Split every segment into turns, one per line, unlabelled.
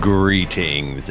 Greetings,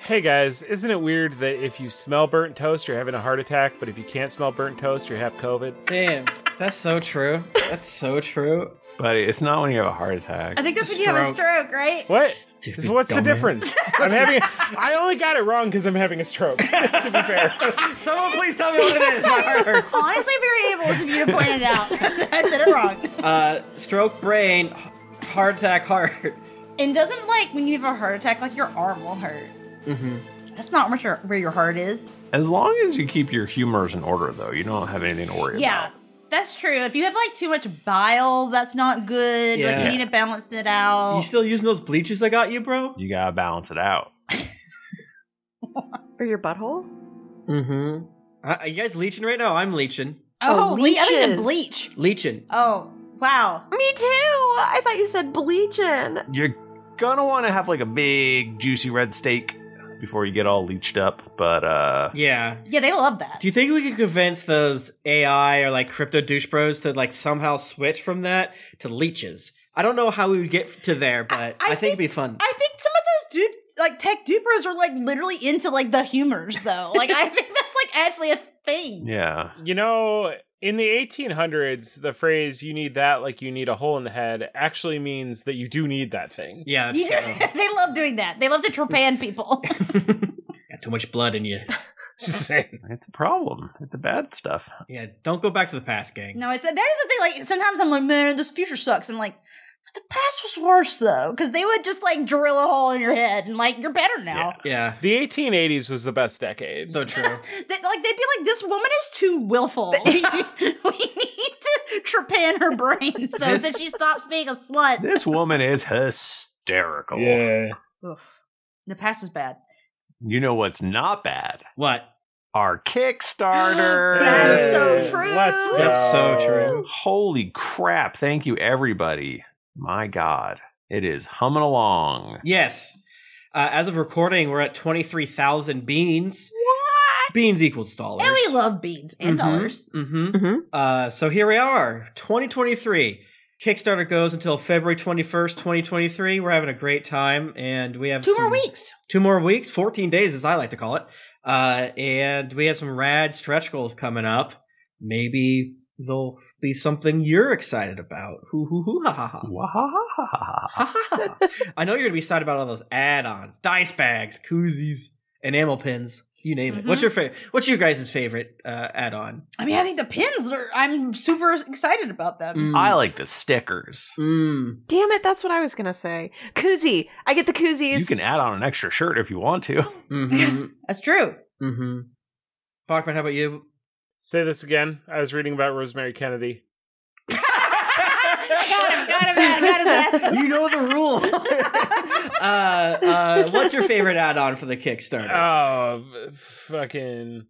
Hey guys, isn't it weird that if you smell burnt toast, you're having a heart attack, but if you can't smell burnt toast, you have COVID?
Damn, that's so true. That's so true.
Buddy, it's not when you have a heart attack.
I think that's
It's
when
a
you have a
stroke.
stroke, right?
What?
Stupid
So What's the
dumbass.
difference? I'm having. I only got it wrong because I'm having a stroke. to be fair,
Someone please tell me what it is. My heart hurts.
Honestly, very ableist of you to point it out. I said it wrong.
Uh, stroke brain, h- heart attack heart.
And doesn't like when you have a heart attack, like your arm will hurt. Mm-hmm. That's not where your, where your heart is.
As long as you keep your humors in order, though, you don't have anything to worry
Yeah,
about.
that's true. If you have like too much bile, that's not good. Like
Yeah.
you need to balance it out.
You still using those bleaches I got you, bro?
You gotta balance it out.
For your butthole?
Mm-hmm. Uh, are you guys leeching right now? I'm leeching.
oh,
Oh,
leech. I need
leeches.
to bleach.
Leeching.
Oh, wow.
Me too! I thought you said bleaching.
You're gonna wanna have like a big, juicy red steak before you get all leached up, but uh,
Yeah.
Yeah, they love that.
Do you think we could convince those AI or like crypto douche bros to like somehow switch from that to leeches? I don't know how we would get to there, but I,
I
think, it'd be fun.
I think some of those dudes, like tech dupers, are like literally into like the humors though. Like I think that's like actually a thing.
yeah.
you know, in the 1800s, the phrase "you need that like you need a hole in the head" actually means that you do need that thing.
yeah, that's
You do-
true.
they love doing that. They love to trepan people.
Got too much blood in you.
Just saying.
It's a problem. It's the bad stuff.
Yeah, don't go back to the past, gang.
no, it's that is the thing. Like sometimes I'm like, man, this future sucks. I'm like, but the past was worse though, because they would just like drill a hole in your head and like you're better now.
Yeah,
The 1880s was the best decade.
so true.
They- like they'd be like, this woman is too willful. we, we need to trepan her brain so
This-
that she stops being a slut.
This woman is hysterical.
Oof. The past was bad.
You know what's not bad?
What?
Our Kickstarter.
That's so
Hey,
true.
Let's go.
That's so true.
Holy crap. Thank you, everybody. My God. It is humming along.
Yes. Uh, as of recording, we're at twenty three thousand beans. What? Beans equals dollars.
And we love beans and
Mhm.
dollars.
Mm-hmm.
Mhm.
Uh, so here we are, 2023. Kickstarter goes until February 21st, 2023. We're having a great time, and we have
Two more
some-
weeks.
Two more weeks, 14 days, as I like to call it. Uh, and we have some rad stretch goals coming up. Maybe there'll be something you're excited about. Hoo hoo hoo ha ha ha.
Wah-ha-ha-ha-ha.
Ha, ha, ha. I know you're gonna be excited about all those add-ons, dice bags, koozies, enamel pins. You name it.
Mm-hmm.
What's your favorite? What's your guys' favorite uh, add-on?
I mean, I think the pins are, I'm super excited about them.
Mm.
I like the stickers.
Mm.
Damn it, that's what I was gonna say. Koozie! I get the koozies.
You can add on an extra shirt if you want to.
Mm-hmm.
That's true.
Mm-hmm. Bachman, how about you?
Say this again. I was reading about Rosemary Kennedy.
got him, got him, got his ass.
You know the rule. uh, uh, what's your favorite add-on for the Kickstarter?
Oh, f- fucking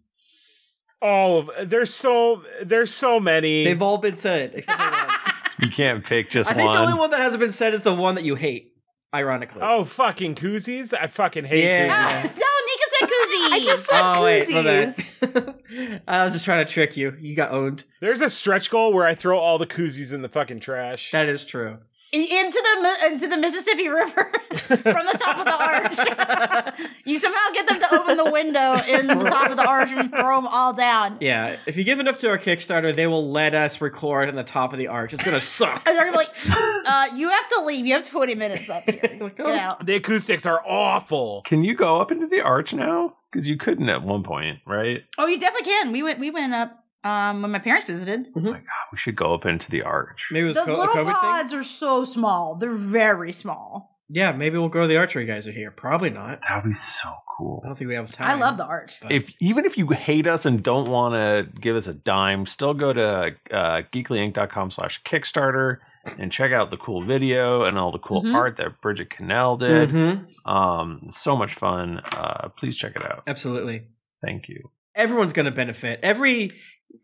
all of there's so there's so many.
They've all been said except for one.
You can't pick just
I think the
one.
only one that hasn't been said is the one that you hate. Ironically.
oh, fucking koozies! I fucking hate
Yeah.
koozies.
Ah, no, Nika said koozie.
I just said
Oh, wait, my bad.
koozies.
I was just trying to trick you. You got owned.
There's a stretch goal where I throw all the koozies in the fucking trash.
That is true.
into the Mi- into the Mississippi River from the top of the arch. you somehow get them to open the window in the top of the arch and throw them all down.
Yeah. If you give enough to our Kickstarter, they will let us record in the top of the arch. It's gonna suck.
And they're gonna be like, uh, you have to leave. You have 20 minutes up here.
Like,
Get out.
the acoustics are awful.
Can you go up into the arch now? Because you couldn't at one point, right?
Oh, you definitely can. We went we went up um when my parents visited.
We should go up into the arch.
Maybe it was
The
co- a
little
COVID thing.
pods are so small. They're very small.
Yeah, maybe we'll go to the archery guys are here. Probably not.
That would be so cool.
I don't think we have time.
I love the arch.
But-
if even if you hate us and don't want to give us a dime, still go to uh, geeklyinc.com slash Kickstarter and check out the cool video and all the cool
Mhm.
art that Bridget Cannell did.
Mm-hmm.
Um, so much fun. Uh, please check it out.
Absolutely.
Thank you.
everyone's going to benefit. Every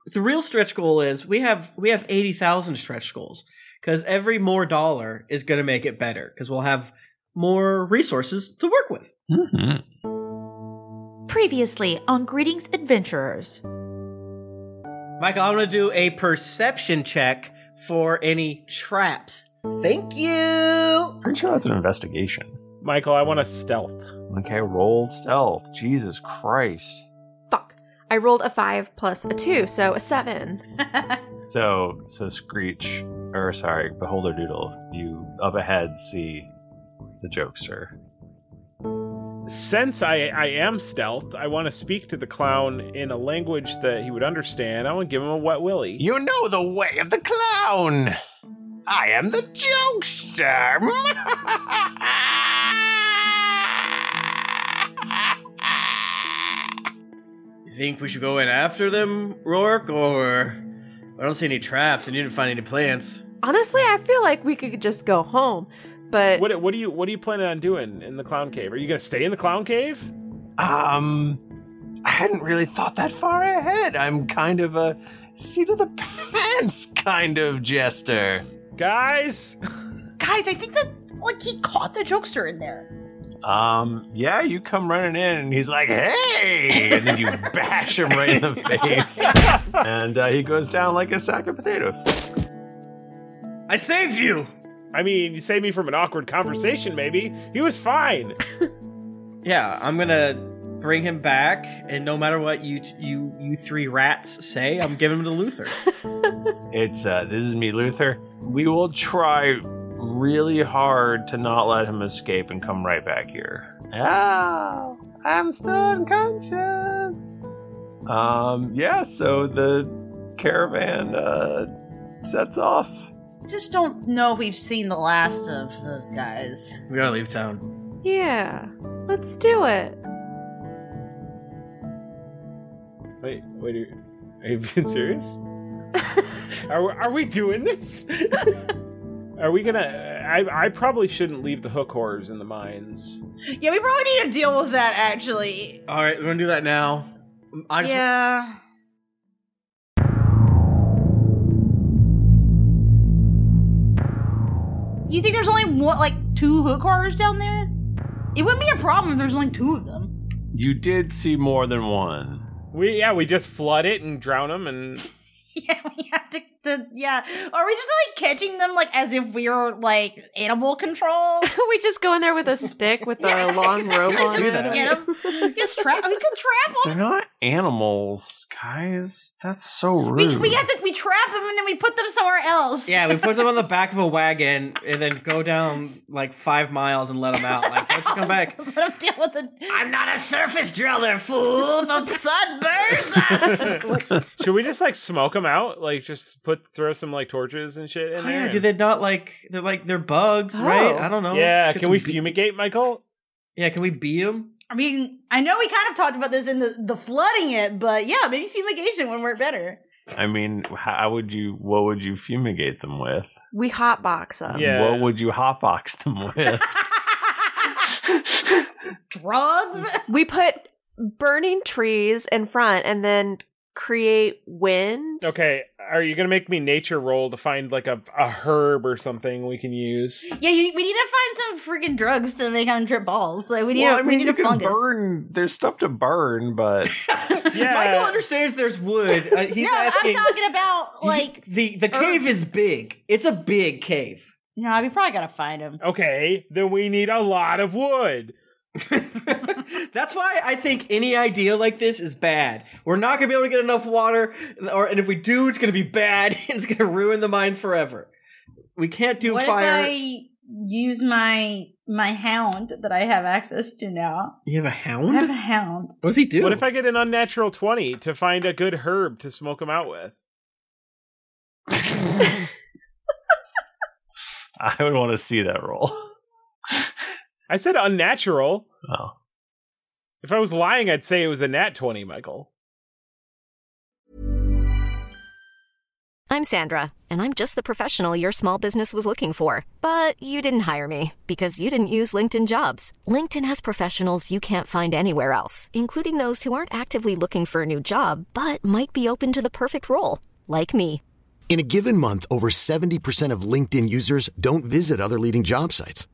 the real stretch goal is we have we have eighty thousand stretch goals because every more dollar is going to make it better because we'll have more resources to work with.
Mhm.
Previously on Greetings Adventurers.
Michael, I'm going to do a perception check for any traps. Thank you.
Pretty sure that's an investigation.
Michael, I want a stealth.
Okay, roll stealth. Jesus Christ.
Fuck. I rolled a five plus a two, so a seven.
So, so Screech, or sorry, Beholder Doodle, you up ahead see the jokester.
Since I, I am stealth, I want to speak to the clown in a language that he would understand. I want to give him a wet willy.
You know the way of the clown. I am the jokester.
You think we should go in after them, Rourke, or I don't see any traps and you didn't find any plants.
Honestly, I feel like we could just go home, but
What what do you what are you planning on doing in the clown cave? Are you gonna stay in the clown cave?
um, I hadn't really thought that far ahead. I'm kind of a seat of the pants kind of jester.
Guys,
Guys, I think that like he caught the jokester in there.
Um, yeah, you come running in, and he's like, "Hey!" and then you bash him right in the face, and uh, he goes down like a sack of potatoes.
I saved you.
I mean, you saved me from an awkward conversation. Maybe he was fine.
Yeah, I'm gonna bring him back, and no matter what you you you three rats say, I'm giving him to Luther.
It's uh, this is me, Luther. We will try really hard to not let him escape and come right back here. Oh, I'm still unconscious. Um, yeah. So the caravan uh, sets off.
Just don't know if we've seen the last of those guys.
we gotta leave town.
yeah, let's do it.
Wait, wait, are, are you being serious? are, we- are we doing this? are we gonna? I I probably shouldn't leave the hook horrors in the mines.
Yeah, we probably need to deal with that actually.
All right, we're gonna do that now. I just,
yeah. You think there's only one, like two hook horrors down there? It wouldn't be a problem if there's only two of them.
You did see more than one.
We yeah, we just flood it and drown them, and
Yeah, we have to, to. Yeah, are we just like catching them like as if we are like animal control?
we just go in there with a stick with a
Yeah,
long
exactly.
rope on
Do
it.
that.
Get him. Just trap. We could trap
They're not animals, guys. That's so rude.
We, we have to. We trap them and then we put them somewhere else.
yeah, we put them on the back of a wagon and then go down like five miles and let them out. Like, don't you come back?
Let them deal with the.
I'm not a surface driller, fool. The sun burns us.
should we just like smoke them out? Like just put throw some like torches and shit in
Oh,
there.
yeah,
and-
do they not like? They're like they're bugs,
Oh.
right? I don't know.
Yeah,
Get
can
some
we
bee-
fumigate, Michael?
Yeah, can we bee them?
I mean, I know we kind of talked about this in the, the flooding it, but yeah, maybe fumigation would work better.
I mean, how would you? What would you fumigate them with? Um,
We hotbox um. them.
Yeah.
What would you hotbox them with?
Drugs?
We put burning trees in front and then create wind.
Okay, are you gonna make me nature roll to find like a, a herb or something we can use?
Yeah, you, we need to find some freaking drugs to make them drip balls. Like we need,
well,
a,
I mean,
we need
you
a
can
fungus.
burn. There's stuff to burn, but
Yeah.
Michael understands there's wood. Uh, he's
No,
asking.
I'm talking about
You-
like.
the the cave is big. It's a big cave.
No, we probably gotta find him.
Okay, then we need a lot of wood.
That's why I think any idea like this is bad. We're not gonna be able to get enough water, or and if we do, it's gonna be bad. and it's gonna ruin the mine forever. We can't do
what
fire.
if I use my my hound that I have access to now?
You have a
I have
hound.
a hound.
What does he do?
What if I get an unnatural 20 to find a good herb to smoke them out with?
I would want to see that roll.
I said unnatural.
Oh.
If I was lying, I'd say it was a nat 20, Michael.
I'm Sandra, and I'm just the professional your small business was looking for. But you didn't hire me because you didn't use LinkedIn jobs. LinkedIn has professionals you can't find anywhere else, including those who aren't actively looking for a new job but might be open to the perfect role, like me.
In a given month, over 70% of LinkedIn users don't visit other leading job sites.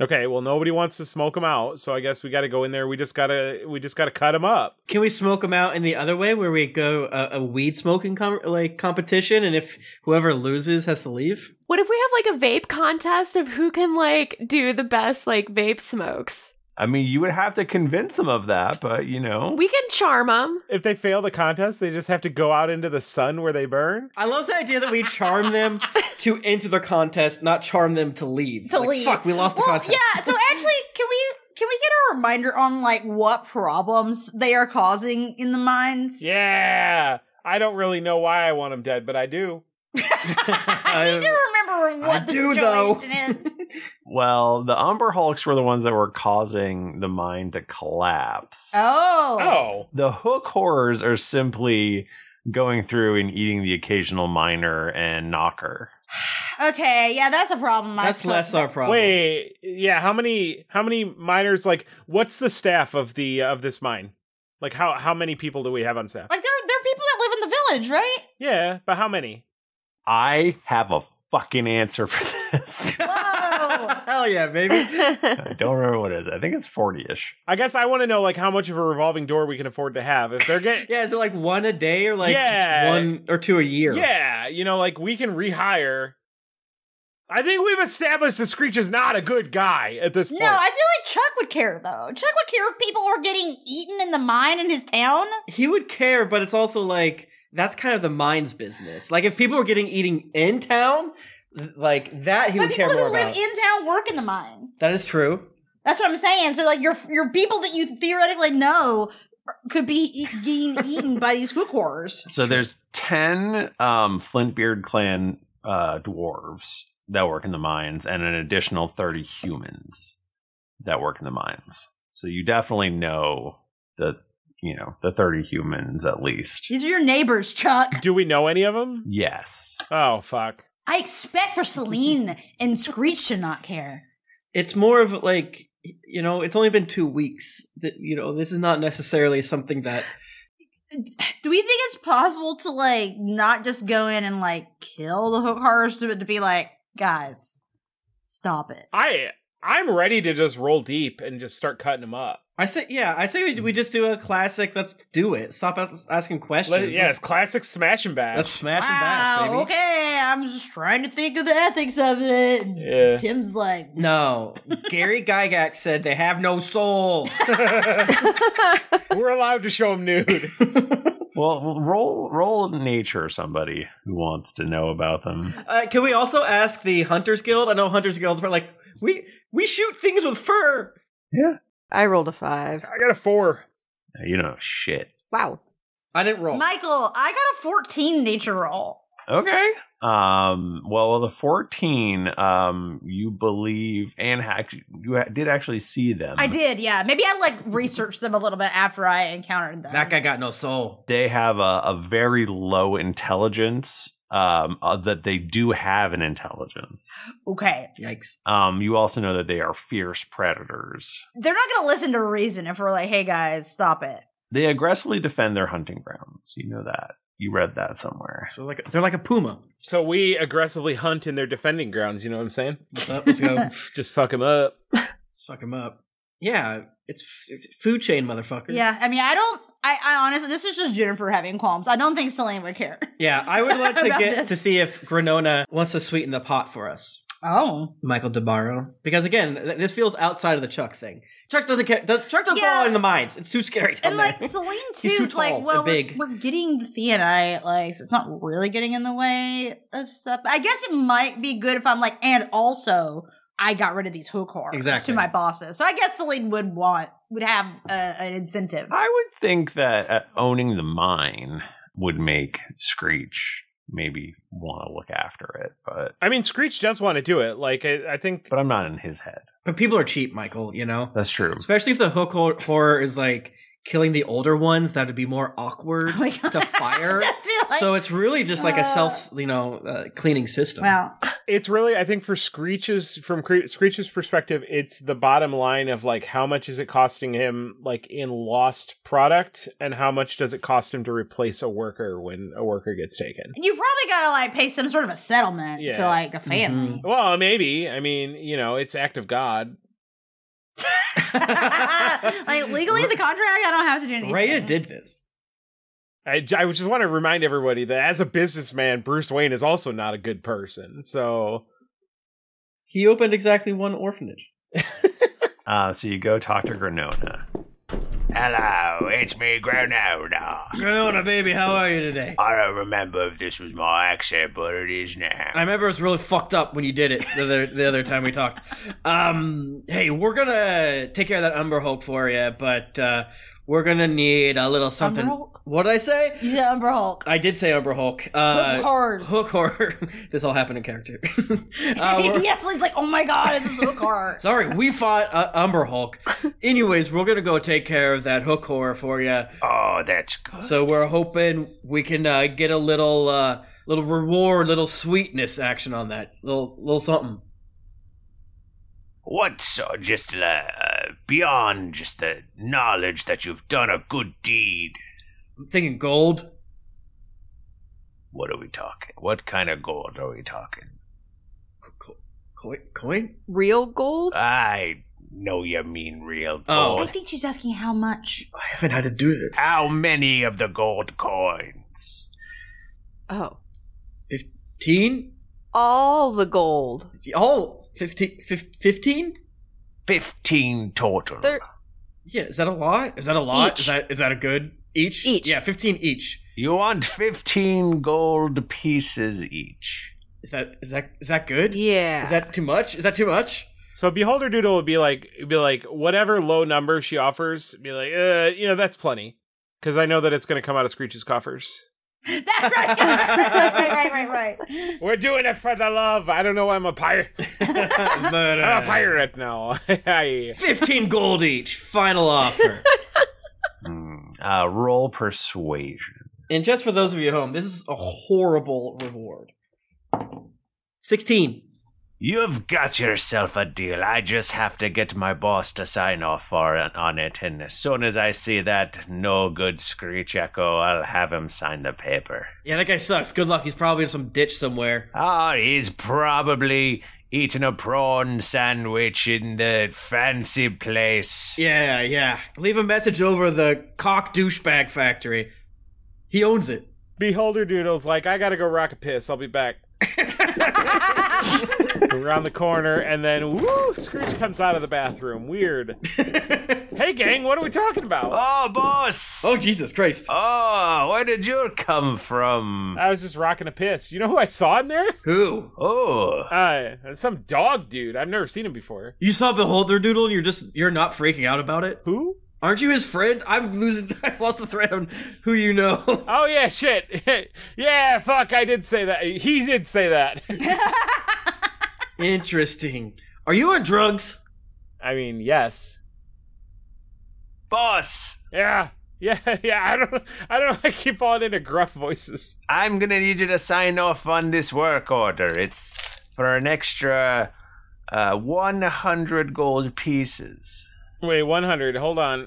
okay, well, nobody wants to smoke them out, so I guess we got to go in there. We just gotta, we just gotta cut them up.
Can we smoke them out in the other way, where we go uh, a, a weed smoking com- like competition, and if whoever loses has to leave?
What if we have like a vape contest of who can like do the best like vape smokes?
I mean, you would have to convince them of that, but you know.
We can charm them.
If they fail the contest, they just have to go out into the sun where they burn.
I love the idea that we charm them to enter the contest, not charm them to leave.
to
Like,
leave.
Fuck, we lost the
Well,
contest.
Yeah. So actually, can we can we get a reminder on like what problems they are causing in the mines?
Yeah, I don't really know why I want them dead, but I do.
I need to remember what
I
the
do, though.
situation is.
Well, the Umber Hulks were the ones that were causing the mine to collapse.
Oh.
Oh,
The Hook Horrors are simply going through and eating the occasional miner and knocker.
Oh. Okay. Yeah, that's a problem. I
That's
put-
less our problem.
wait, yeah. How many? How many miners? Like, what's the staff of the of this mine? Like, how how many people do we have on staff?
Like there, there are people that live in the village, right?
Yeah, but how many?
I have a fucking answer for this.
Whoa.
Hell yeah, baby.
I don't remember what it is. I think it's 40 ish.
I guess I want to know like how much of a revolving door we can afford to have. If they're getting
Yeah, is it like one a day or like
Yeah.
one or two a year?
Yeah, you know, like we can rehire. I think we've established that Screech is not a good guy at this
No,
point.
I feel like Chuck would care though. Chuck would care if people were getting eaten in the mine in his town.
He would care, but it's also like that's kind of the mind's business. Like if people were getting eating in town, th- like that he
But
would care
people who
more
live
about.
in town work in the mine.
that is true.
That's what I'm saying. So like your your people that you theoretically know could be e- being eaten by these hook horrors.
So there's 10 um, Flintbeard clan uh, dwarves that work in the mines and an additional 30 humans that work in the mines. So you definitely know the, you know, the 30 humans at least.
These are your neighbors, Chuck.
Do we know any of them?
Yes.
Oh fuck.
I expect for Celine and Screech to not care.
It's more of like you know, it's only been two weeks. That you know, this is not necessarily something that
Do we think it's possible to like not just go in and like kill the hook horrors to, to be like, guys, stop it?
I I'm ready to just roll deep and just start cutting them up.
I say, yeah, I say we, we just do a classic. Let's do it. Stop as- asking questions.
Let- yeah, it's classic smash and bash.
Let's smash and bash,
Wow,
baby.
okay. I'm just trying to think of the ethics of it. And
Yeah.
Tim's like,
No, Gary Gygax said they have no soul.
We're allowed to show him nude.
Well, roll roll nature somebody who wants to know about them.
Uh, can we also ask the Hunters Guild? I know Hunters Guild's are like we we shoot things with fur.
I rolled a five.
I got a four.
You know shit.
Wow.
I didn't roll.
Michael, I got a 14 nature roll.
Okay. Um. Well, the fourteen. Um. You believe and hack. You ha- did actually see them.
I did, yeah. Maybe I like researched them a little bit after I encountered them.
that guy got no soul.
They have a, a very low intelligence. Um. uh, that they do have an intelligence.
okay.
Yikes!
Um. You also know that they are fierce predators.
They're not going to listen to reason if we're like, hey guys, stop it.
They aggressively defend their hunting grounds. You know that. You read that somewhere.
So like they're like a puma.
So we aggressively hunt in their defending grounds. You know what I'm saying?
What's up? Let's go. Let's
Just fuck him up.
fuck him up. Yeah, it's, f- it's food chain, motherfucker.
Yeah, I mean, I don't. I, I honestly, this is just Jennifer having qualms. I don't think Celine would care.
Yeah, I would like to
About
get
this.
to see if Granona wants to sweeten the pot for us,
Oh,
Michael DeBarro. Because again, th- this feels outside of the Chuck thing. Chuck doesn't care. does- Chuck doesn't
Yeah.
fall in the mines. It's too scary. down
and like
there.
Celine too
He's too
is like,
tall
well,
and
we're,
big.
we're getting the theonite, like, so it's not really getting in the way of stuff. I guess it might be good if I'm like, and also I got rid of these hook horns
Exactly.
to my bosses, so I guess Celine would want would have uh, an incentive.
I would think that uh, owning the mine would make Screech maybe want to look after it, but
I mean, Screech does want to do it. Like, I, I think.
but I'm not in his head.
but people are cheap, Michael. You know,
That's true.
especially if the hook hor- horror is like killing the older ones. That would be more awkward
Oh my God.
to fire.
I feel like-
so it's really just like
uh,
a self, you know, uh, cleaning system.
wow.
It's really, I think, for Screech's from Cre- Screech's perspective, it's the bottom line of like how much is it costing him, like in lost product, and how much does it cost him to replace a worker when a worker gets taken.
You probably gotta like pay some sort of a settlement
Yeah.
to like a
Mm-hmm.
family.
Well, maybe. I mean, you know, it's act of God.
like legally in the contract, I don't have to do anything.
Raya did this.
I, I just want to remind everybody that as a businessman, Bruce Wayne is also not a good person. So
He opened exactly one orphanage.
Uh, so you go talk to Granona. Hello, it's me, Granona.
Granona, baby, how are you today?
I don't remember if this was my accent, but it is now.
I remember it was really fucked up when you did it the other, the other time we talked. Um, hey, we're gonna take care of that Umber Hulk for you, but uh, we're gonna need a little something.
Umber Hulk?
What'd I say?
You said Umber Hulk.
I did say Umber Hulk. Uh,
Hook horrors.
Hook horror. this all happened in character. Uh, we're-
yes, it's like, oh my god, it's this hook horror.
Sorry, we fought uh, Umber Hulk. Anyways, we're gonna go take care of that hook horror for you.
oh, that's good.
So we're hoping we can uh, get a little uh, little reward, little sweetness action on that. Little little something.
What so just uh, uh, beyond just the knowledge that you've done a good deed?
I'm thinking gold.
What are we talking? What kind of gold are we talking?
Co- Coin? coin?
Real gold?
I know you mean real
Oh.
gold.
I think she's asking how much.
I haven't had to do this.
How many of the gold coins?
Oh.
Fifteen?
All the gold.
Oh, 15? fif- 15?
Fifteen total.
They're
Yeah, is that a lot? Is that a lot?
Each.
Is that is that a good each?
Each.
Yeah, fifteen each.
you want fifteen gold pieces each.
Is that is that is that good?
Yeah.
Is that too much? Is that too much?
so Beholder Doodle would be like would be like whatever low number she offers, be like, uh, you know, that's plenty. Cause I know that it's gonna come out of Screech's coffers.
That's right. right, right, right, right, right.
We're doing it for the love. I don't know why I'm a pirate. I'm a pirate now. I-
Fifteen gold each. Final offer.
Hmm. Uh, roll persuasion.
and just for those of you at home, this is a horrible reward. Sixteen.
You've got yourself a deal. I just have to get my boss to sign off for on it, and as soon as I see that no good screech echo, I'll have him sign the paper.
Yeah, that guy sucks. Good luck. He's probably in some ditch somewhere.
Ah, he's probably eating a prawn sandwich in the fancy place.
Yeah, yeah. Leave a message over the cock douchebag factory. He owns it.
Beholder Doodle's like, I gotta go rock a piss. I'll be back. Around the corner, and then woo, Scrooge comes out of the bathroom. Weird. hey, gang, what are we talking about?
Oh, boss.
Oh, Jesus Christ.
Oh, where did you come from?
I was just rocking a piss. You know who I saw in there?
Who?
Oh.
Uh, some dog dude. I've never seen him before.
You saw Beholder Doodle and you're just you're not freaking out about it?
Who?
Aren't you his friend? I'm losing I've lost the thread on who you know.
Oh yeah, shit. yeah, fuck. I did say that. He did say that.
Interesting. Are you on drugs?
I mean, yes.
Boss,
Yeah. Yeah, yeah. I don't. I don't. I keep falling into gruff voices.
I'm gonna need you to sign off on this work order. It's for an extra uh, 100 gold pieces.
Wait, one hundred. Hold on.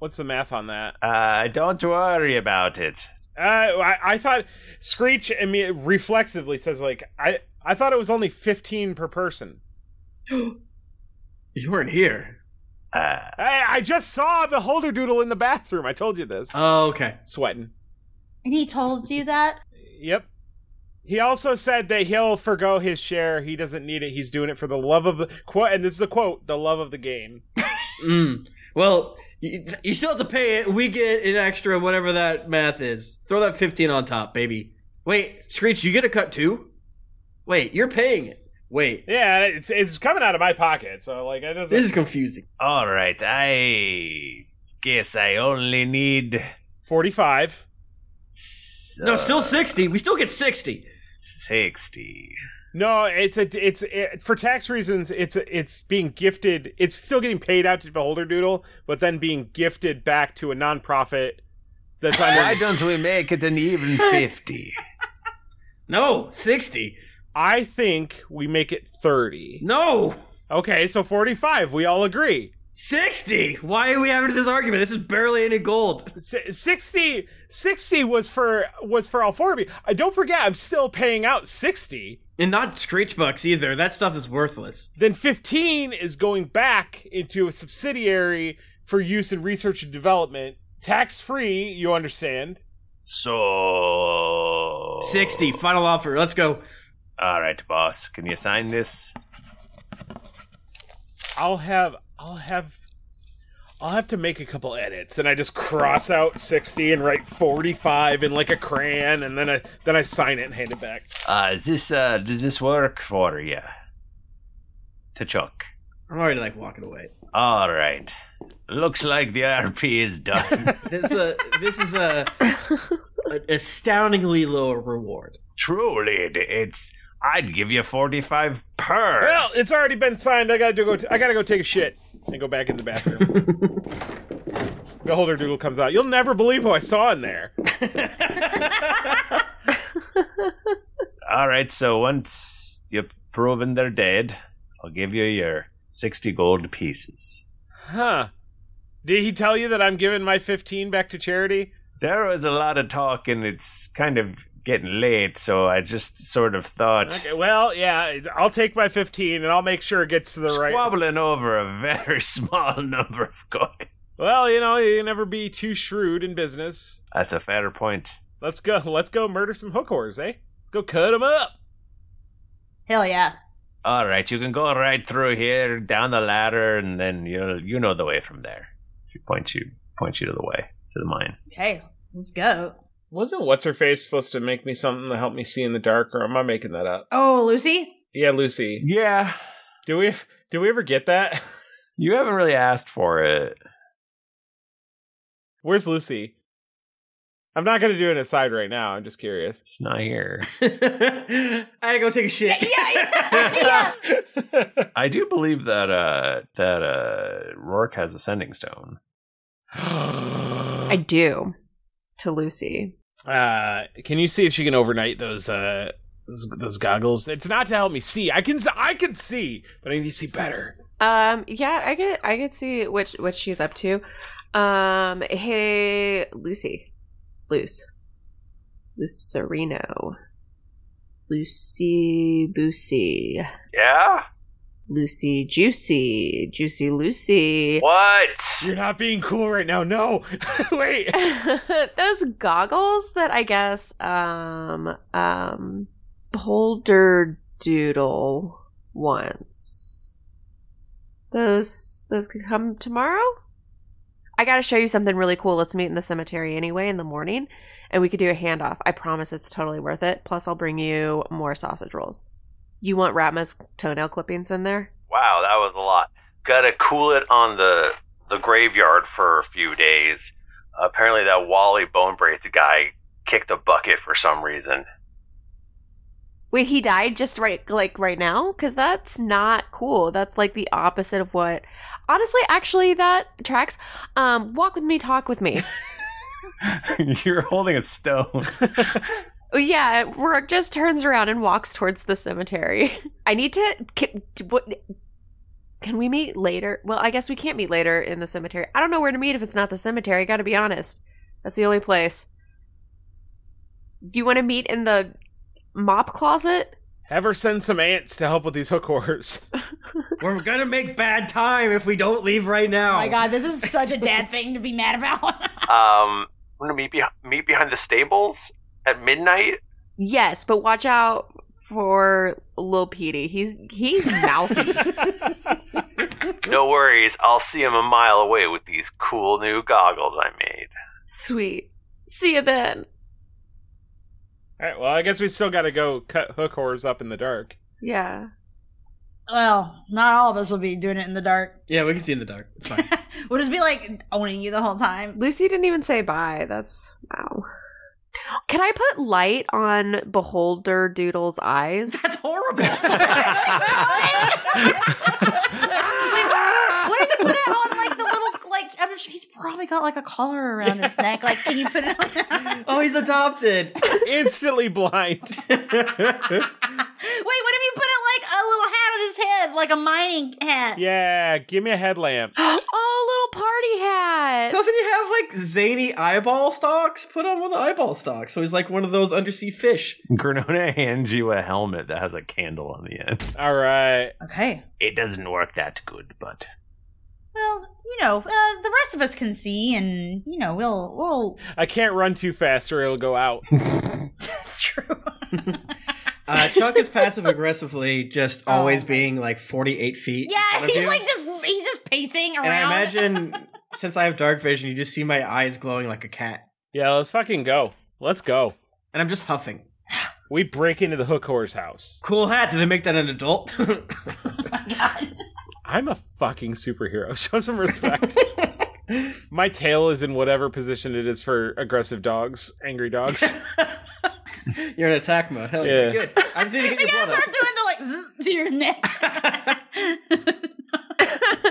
What's the math on that?
Uh, don't worry about it.
Uh, I, I thought Screech I mean, reflexively says like I I thought it was only fifteen per person.
You weren't here.
Uh,
I, I just saw a beholder doodle in the bathroom. I told you this.
Oh, okay.
Sweating.
And he told you that?
Yep. He also said that he'll forgo his share. He doesn't need it. He's doing it for the love of the quote. And this is a quote: "The love of the game."
Mm. Well, you, you still have to pay it. We get an extra whatever that math is. Throw that 15 on top, baby. Wait, Screech, you get a cut too? Wait, you're paying it. Wait.
Yeah, it's it's coming out of my pocket. So like, it doesn't.
This is confusing.
all right, I guess I only need.
Forty-five.
s-
No,
uh,
still 60. We still get 60.
60.
No, it's a it's it, for tax reasons. It's it's being gifted. It's still getting paid out to Beholder Doodle, but then being gifted back to a nonprofit. That's under.
Why don't we make it an even 50?
No, 60.
I think we make it thirty.
No,
Okay, so forty-five. We all agree.
60. Why are we having this argument? This is barely any gold.
Si- 60, 60 was for was for all four of you. I don't forget, I'm still paying out sixty.
And not Screech Bucks either. That stuff is worthless.
Then fifteen is going back into a subsidiary for use in research and development, tax free. You understand?
So.
60. Final offer. Let's go.
All right, boss. Can you sign this?
I'll have I'll have I'll have to make a couple edits and I just cross out 60 and write 45 in like a crayon and then I then I sign it and hand it back.
Uh, is this uh, does this work for you? To Chuck.
I'm already like walking away.
All right. Looks like the RP is done.
This, uh, this is a, an astoundingly low reward.
Truly, it, it's. I'd give you forty-five per.
Well, it's already been signed. I got to go t- I got to go take a shit and go back in the bathroom. the holder doodle comes out. You'll never believe who I saw in there.
All right. So once you've proven they're dead, I'll give you your sixty gold pieces.
Huh. Did he tell you that I'm giving my 15 back to charity?
There was a lot of talk, and it's kind of getting late, so I just sort of thought
Okay, well, yeah, I'll take my 15 and I'll make sure it gets to the right
squabbling over a very small number of coins.
Well, you know, you never be too shrewd in business.
That's a fair point.
Let's go. Let's go murder some hook whores, eh? Let's go cut them up.
Hell yeah.
All right, you can go right through here, down the ladder, and then you you know the way from there. She points you points you to the way to the mine.
Okay, let's go.
Wasn't what's her face supposed to make me something to help me see in the dark, or am I making that up?
Oh, Lucy?
Yeah, Lucy.
Yeah,
Do we do we ever get that?
you haven't really asked for it.
Where's Lucy? I'm not gonna do an aside right now. I'm just curious.
It's not here.
I gotta go take a shit.
I do believe that uh that uh Rourke has a sending stone.
uh,
I do to Lucy.
can you see if she can overnight those uh those, those goggles? It's not to help me see. I can I can see, but I need to see better.
Um, yeah, I could I could see which what she's up to. Um, hey Lucy. Luce. Lucerino. Lucy Boosie.
Yeah, Yeah?
Lucy Juicy. Juicy Lucy.
What?
You're not being cool right now. No. Wait.
Those goggles that I guess um um Boulder Doodle wants. Those those could come tomorrow? I gotta show you something really cool. Let's meet in the cemetery anyway in the morning and we could do a handoff. I promise it's totally worth it. Plus I'll bring you more sausage rolls. You want Ratma's toenail clippings in there?
Wow, that was a lot. Gotta cool it on the the graveyard for a few days. Apparently, that Wally Bone Braids guy kicked a bucket for some reason.
Wait, he died just right like right now? Cuz that's not cool. That's like the opposite of what Honestly, actually that tracks. Um walk with me, talk with me.
You're holding a stone.
Oh, yeah, Rourke just turns around and walks towards the cemetery. I need to can, what, can we meet later? Well, I guess we can't meet later in the cemetery. I don't know where to meet if it's not the cemetery, got to be honest. That's the only place. Do you want to meet in the mop closet?
Have her send some ants to help with these hook horrors.
We're gonna make bad time if we don't leave right now.
Oh my god, this is such a dad thing to be mad about.
Um, we're gonna meet, be- meet behind the stables at midnight.
Yes, but watch out for Lil Petey. He's he's mouthy.
No worries, I'll see him a mile away with these cool new goggles I made.
Sweet. See you then.
All right. Well, I guess we still got to go cut hook horrors up in the dark.
Yeah.
well, not all of us will be doing it in the dark.
Yeah, we can see in the dark. It's fine.
We'll just be like owning you the whole time.
Lucy didn't even say bye. That's wow. Can I put light on Beholder Doodle's eyes?
That's horrible. Wait, what if you put it on like the little like I'm sure he's probably got like a collar around his neck. Like, can you put it on?
oh, he's adopted.
Instantly blind.
Wait, what if you put it like a little hat on his head, like a mining hat?
yeah. Give me a headlamp.
oh, little party hat.
Doesn't he have like zany eyeball stalks? Put on one of the eyeball stalks, so he's like one of those undersea fish.
Granona hands you a helmet that has a candle on the end.
All right.
Okay.
It doesn't work that good, but
Well, you know, uh, the rest of us can see, and you know, we'll we'll.
I can't run too fast or it'll go out.
That's true.
Uh, Chuck is passive aggressively just always being like 48 feet. in front
Oh. yeah,
of
he's
you.
like just he's just pacing around.
And I imagine since I have dark vision, you just see my eyes glowing like a cat.
Yeah. Let's fucking go. Let's go.
And I'm just huffing.
We break into the hook horror's house.
Cool hat. Did they make that an adult?
I'm a fucking superhero. Show some respect. My tail is in whatever position it is for aggressive dogs, angry dogs.
You're in attack mode. Hell yeah.
Yeah.
Good. I just need to get
You
your
guys
blood
are
up.
doing the like zzz to your neck.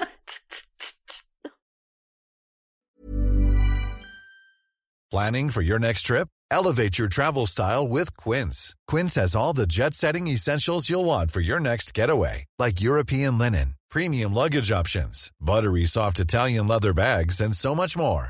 Planning for your next trip? Elevate your travel style with Quince. Quince has all the jet setting essentials you'll want for your next getaway, like European linen, premium luggage options, buttery soft Italian leather bags, and so much more.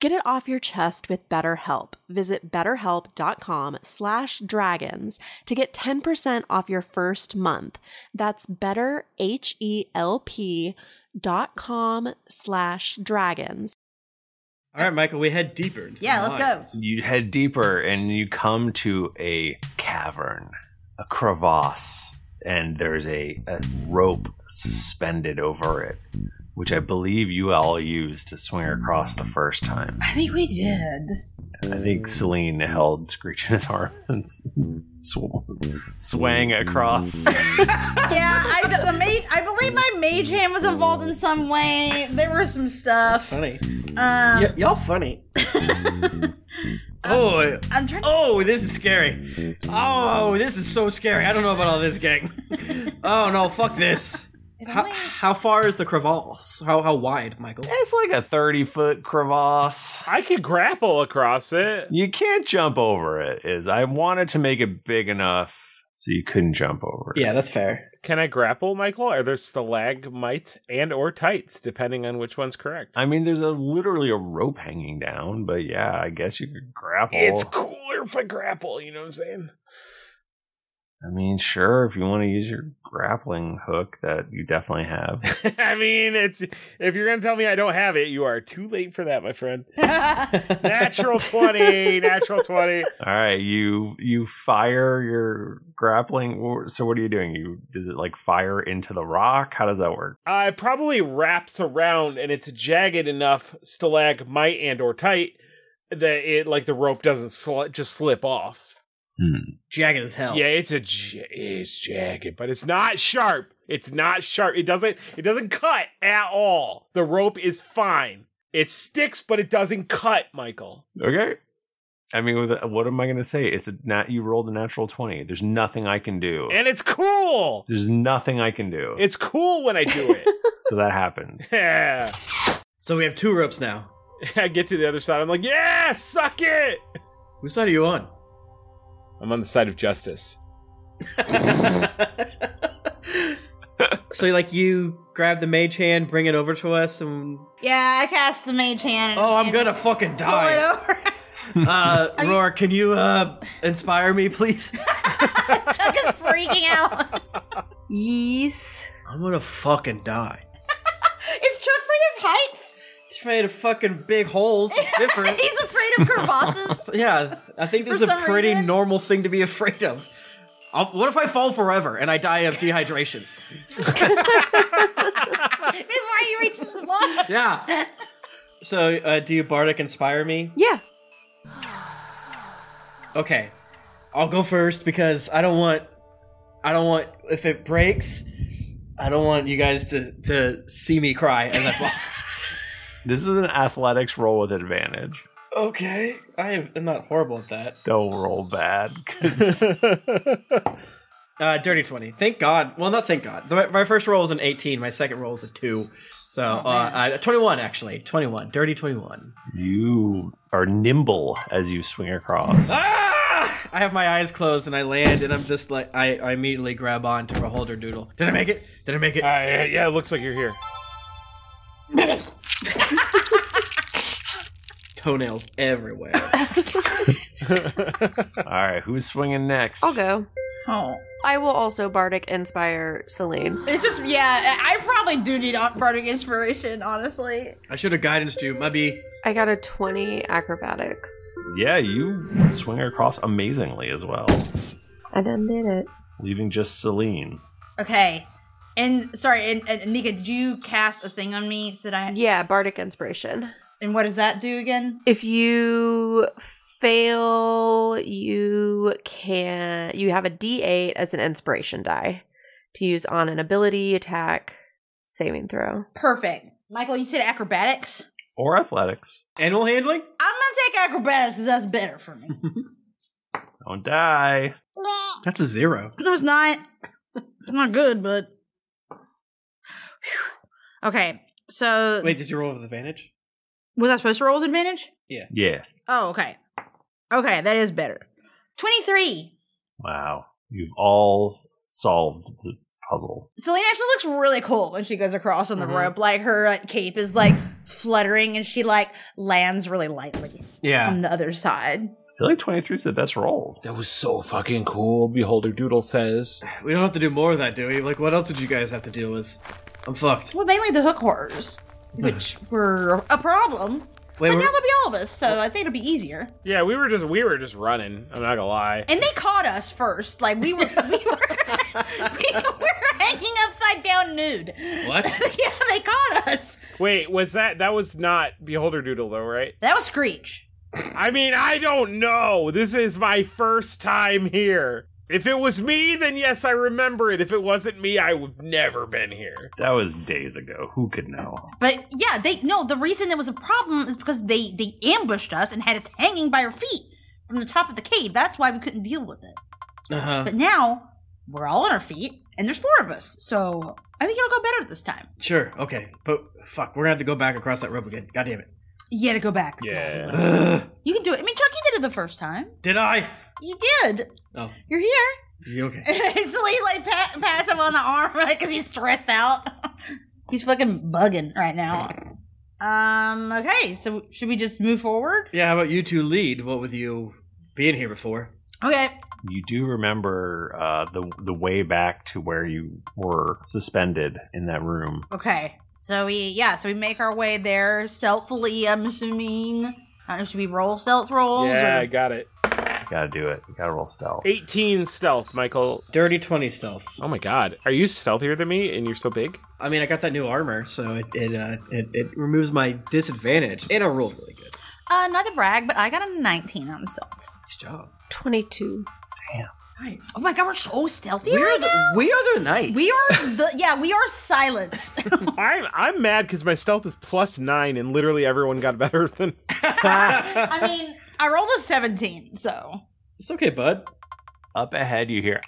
Get it off your chest with BetterHelp. Visit betterhelp.com slash dragons to get 10% off your first month. That's betterhelp.com slash dragons.
All right, Michael, we head deeper. Into
Yeah, let's go.
You head deeper and you come to a cavern, a crevasse, and there's a, a rope suspended over it, which I believe you all used to swing across the first time.
I think we did.
I think Celine held Screech in his arms and s- sw- swang across.
yeah, I, d- the mage, I believe my mage hand was involved in some way. There was some stuff.
Funny.
Um,
Y- y'all funny. oh,
I'm trying.
oh, this is scary. Oh, this is so scary. I don't know about all this, gang. oh no, fuck this. How, how far is the crevasse? How how wide, Michael?
It's like a thirty foot crevasse.
I could grapple across it.
You can't jump over it. Is I wanted to make it big enough so you couldn't jump over it.
Yeah, that's fair.
Can I grapple, Michael? Are there stalagmites and or tights, depending on which one's correct?
I mean, there's a literally a rope hanging down, but yeah, I guess you could grapple.
It's cooler if I grapple, you know what I'm saying?
I mean, sure, if you want to use your grappling hook that you definitely have.
I mean, it's if you're gonna tell me I don't have it, you are too late for that, my friend. natural twenty, natural twenty.
All right, you you fire your grappling. or- So what are you doing? You does it like fire into the rock? How does that work?
Uh, it probably wraps around, and it's jagged enough, stalagmite and or tight, that it like the rope doesn't sl- just slip off.
Jagged as hell.
Yeah, it's a j- it's jagged, but it's not sharp. It's not sharp. It doesn't it doesn't cut at all. The rope is fine. It sticks, but it doesn't cut, Michael.
Okay. I mean, with uh, what am I going to say? It's a nat. You rolled a natural twenty. There's nothing I can do.
And it's cool.
There's nothing I can do.
It's cool when I do it.
so that happens.
yeah.
So we have two ropes now.
I get to the other side. I'm like, yeah, suck it.
Whose side are you on?
I'm on the side of justice.
So like you grab the mage hand, bring it over to us, and
Yeah, I cast the mage hand. and-
oh, I'm
and
gonna fucking
pull it
die.
over.
Uh, Roar, can you uh inspire me, please? Oh.
Chuck is freaking out.
Yes.
I'm gonna fucking die.
Is Chuck afraid of heights?
He's afraid of fucking big holes. It's different.
He's afraid of crevasses.
yeah, I think this
For
is a
some
pretty
reason-
normal thing to be afraid of. I'll, what if I fall forever and I die of dehydration?
Before he reaches the wall.
Yeah. So, uh, do you bardic inspire me?
Yeah.
Okay, I'll go first because I don't want, I don't want if it breaks, I don't want you guys to to see me cry as I fall.
This is an athletics roll with advantage.
okay, I am I'm not horrible at that.
Don't roll bad. 'cause
Uh, dirty 20. Thank God. Well, not thank God. My, my first roll is an 18. My second roll is a 2. So,
Oh,
uh, uh, 21, actually. 21. Dirty 21.
You are nimble as you swing across.
Ah!
I have my eyes closed and I land and I'm just like, I, I immediately grab on to a holder doodle. Did I make it? Did I make it?
Uh, yeah, it looks like you're here.
Toenails everywhere.
All right, who's swinging next?
I'll go.
Oh.
I will also bardic inspire Celine.
It's just yeah. I I probably do need on- bardic inspiration, honestly.
I should have guidance to maybe.
I got a 20 acrobatics.
Yeah, you swing across amazingly as well,
I done did it.
leaving just Celine.
Okay. And sorry, and, and Nika, did you cast a thing on me so that I?
Yeah, bardic inspiration.
And what does that do again?
If you fail, you can you have a d8 as an inspiration die to use on an ability, attack, saving throw.
Perfect, Michael. You said acrobatics.
Or athletics.
Animal handling?
I'm gonna take acrobatics because that's better for me.
Don't die.
That's a zero.
No, it's not. It's not good, but. Phew. Okay, so
Wait, did you roll with advantage?
was I supposed to roll with advantage?
Yeah.
Yeah.
Oh, okay. Okay, that is better. 23.
Wow. You've all solved the puzzle.
Selena actually looks really cool when she goes across on the
Mm-hmm.
Mhm.
rope. Like her like, cape is like fluttering and she like lands really lightly
Yeah.
on the other side.
I feel like 23 is the best roll.
That was so fucking cool, Beholder Doodle says.
We don't have to do more of that, do we? Like, what else did you guys have to deal with? I'm fucked.
Well, mainly the hook horrors, which were a
Wait,
problem. but
we're-
now they'll be all of us, so I think it'll be easier.
Yeah, we were just we were just running. I'm not gonna lie.
And they caught us first. Like we were, we were, we were hanging upside down nude.
What?
yeah, they caught us.
Wait, was that that was not Beholder Doodle though, right?
That was Screech.
I mean, I don't know. This is my first time here. If it was me, then yes, I remember it. If it wasn't me, I would never been here.
That was days ago. Who could know?
But yeah, they no. The reason there was a problem is because they they ambushed us and had us hanging by our feet from the top of the cave. That's why we couldn't deal with it.
Uh-huh.
But now we're all on our feet, and there's four of us. So I think it'll go better this time.
Sure, okay. But fuck, we're gonna have to go back across that rope again. God damn it.
You had to go back.
Yeah.
You can do it. I mean, Chuck, you did it the first time.
did I?
You did.
Oh,
You're here.
you okay?
And so he like pat, pats him on the arm because he's stressed out. he's fucking bugging right now. Um. Okay. So should we just move forward?
Yeah, how about you two lead? What with you being here before?
Okay.
You do remember uh, the the way back to where you were suspended in that room.
Okay. So we yeah. So we make our way there stealthily. I'm assuming. I don't know. Should we roll stealth rolls?
Yeah,
or-
I got it.
Gotta do it. You gotta roll stealth.
18 stealth, Michael.
Dirty 20 stealth.
Oh my god. Are you stealthier than me and you're so big?
I mean, I got that new armor, so it it uh, it, it removes my disadvantage, and I rolled really good.
Uh, not to brag, but I got a 19 on stealth.
Nice job.
22.
Damn.
Nice.
Oh my god, we're so stealthy.
We are
right
the we are the knight.
now. We are the yeah. We are silence.
I'm I'm mad because my stealth is plus nine and literally everyone got better than
I mean, I rolled a 17. So
It's okay, bud.
Up ahead, you hear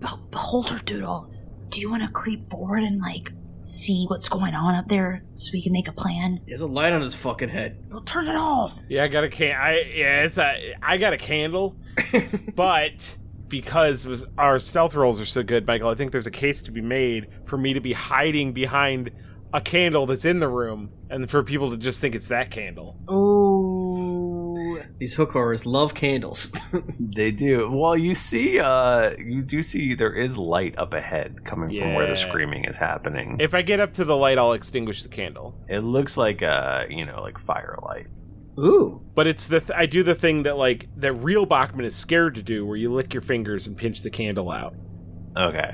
Be- Beholder Doodle, do you want to creep forward and like see what's going on up there so we can make a plan?
He has a light on his fucking head.
Well, turn it off.
Yeah, I got a can. I yeah, it's a. I got a candle, but because was our stealth rolls are so good, Michael. I think there's a case to be made for me to be hiding behind a candle that's in the room, and for people to just think it's that candle.
Ooh.
These hook horrors love candles.
They do. Well, you see, uh, you do see there is light up ahead coming from where
Yeah.
the screaming is happening.
If I get up to the light, I'll extinguish the candle.
It looks like uh, you know, like firelight.
Ooh.
But it's the th- I do the thing that like that real Bachman is scared to do, where you lick your fingers and pinch the candle out.
Okay.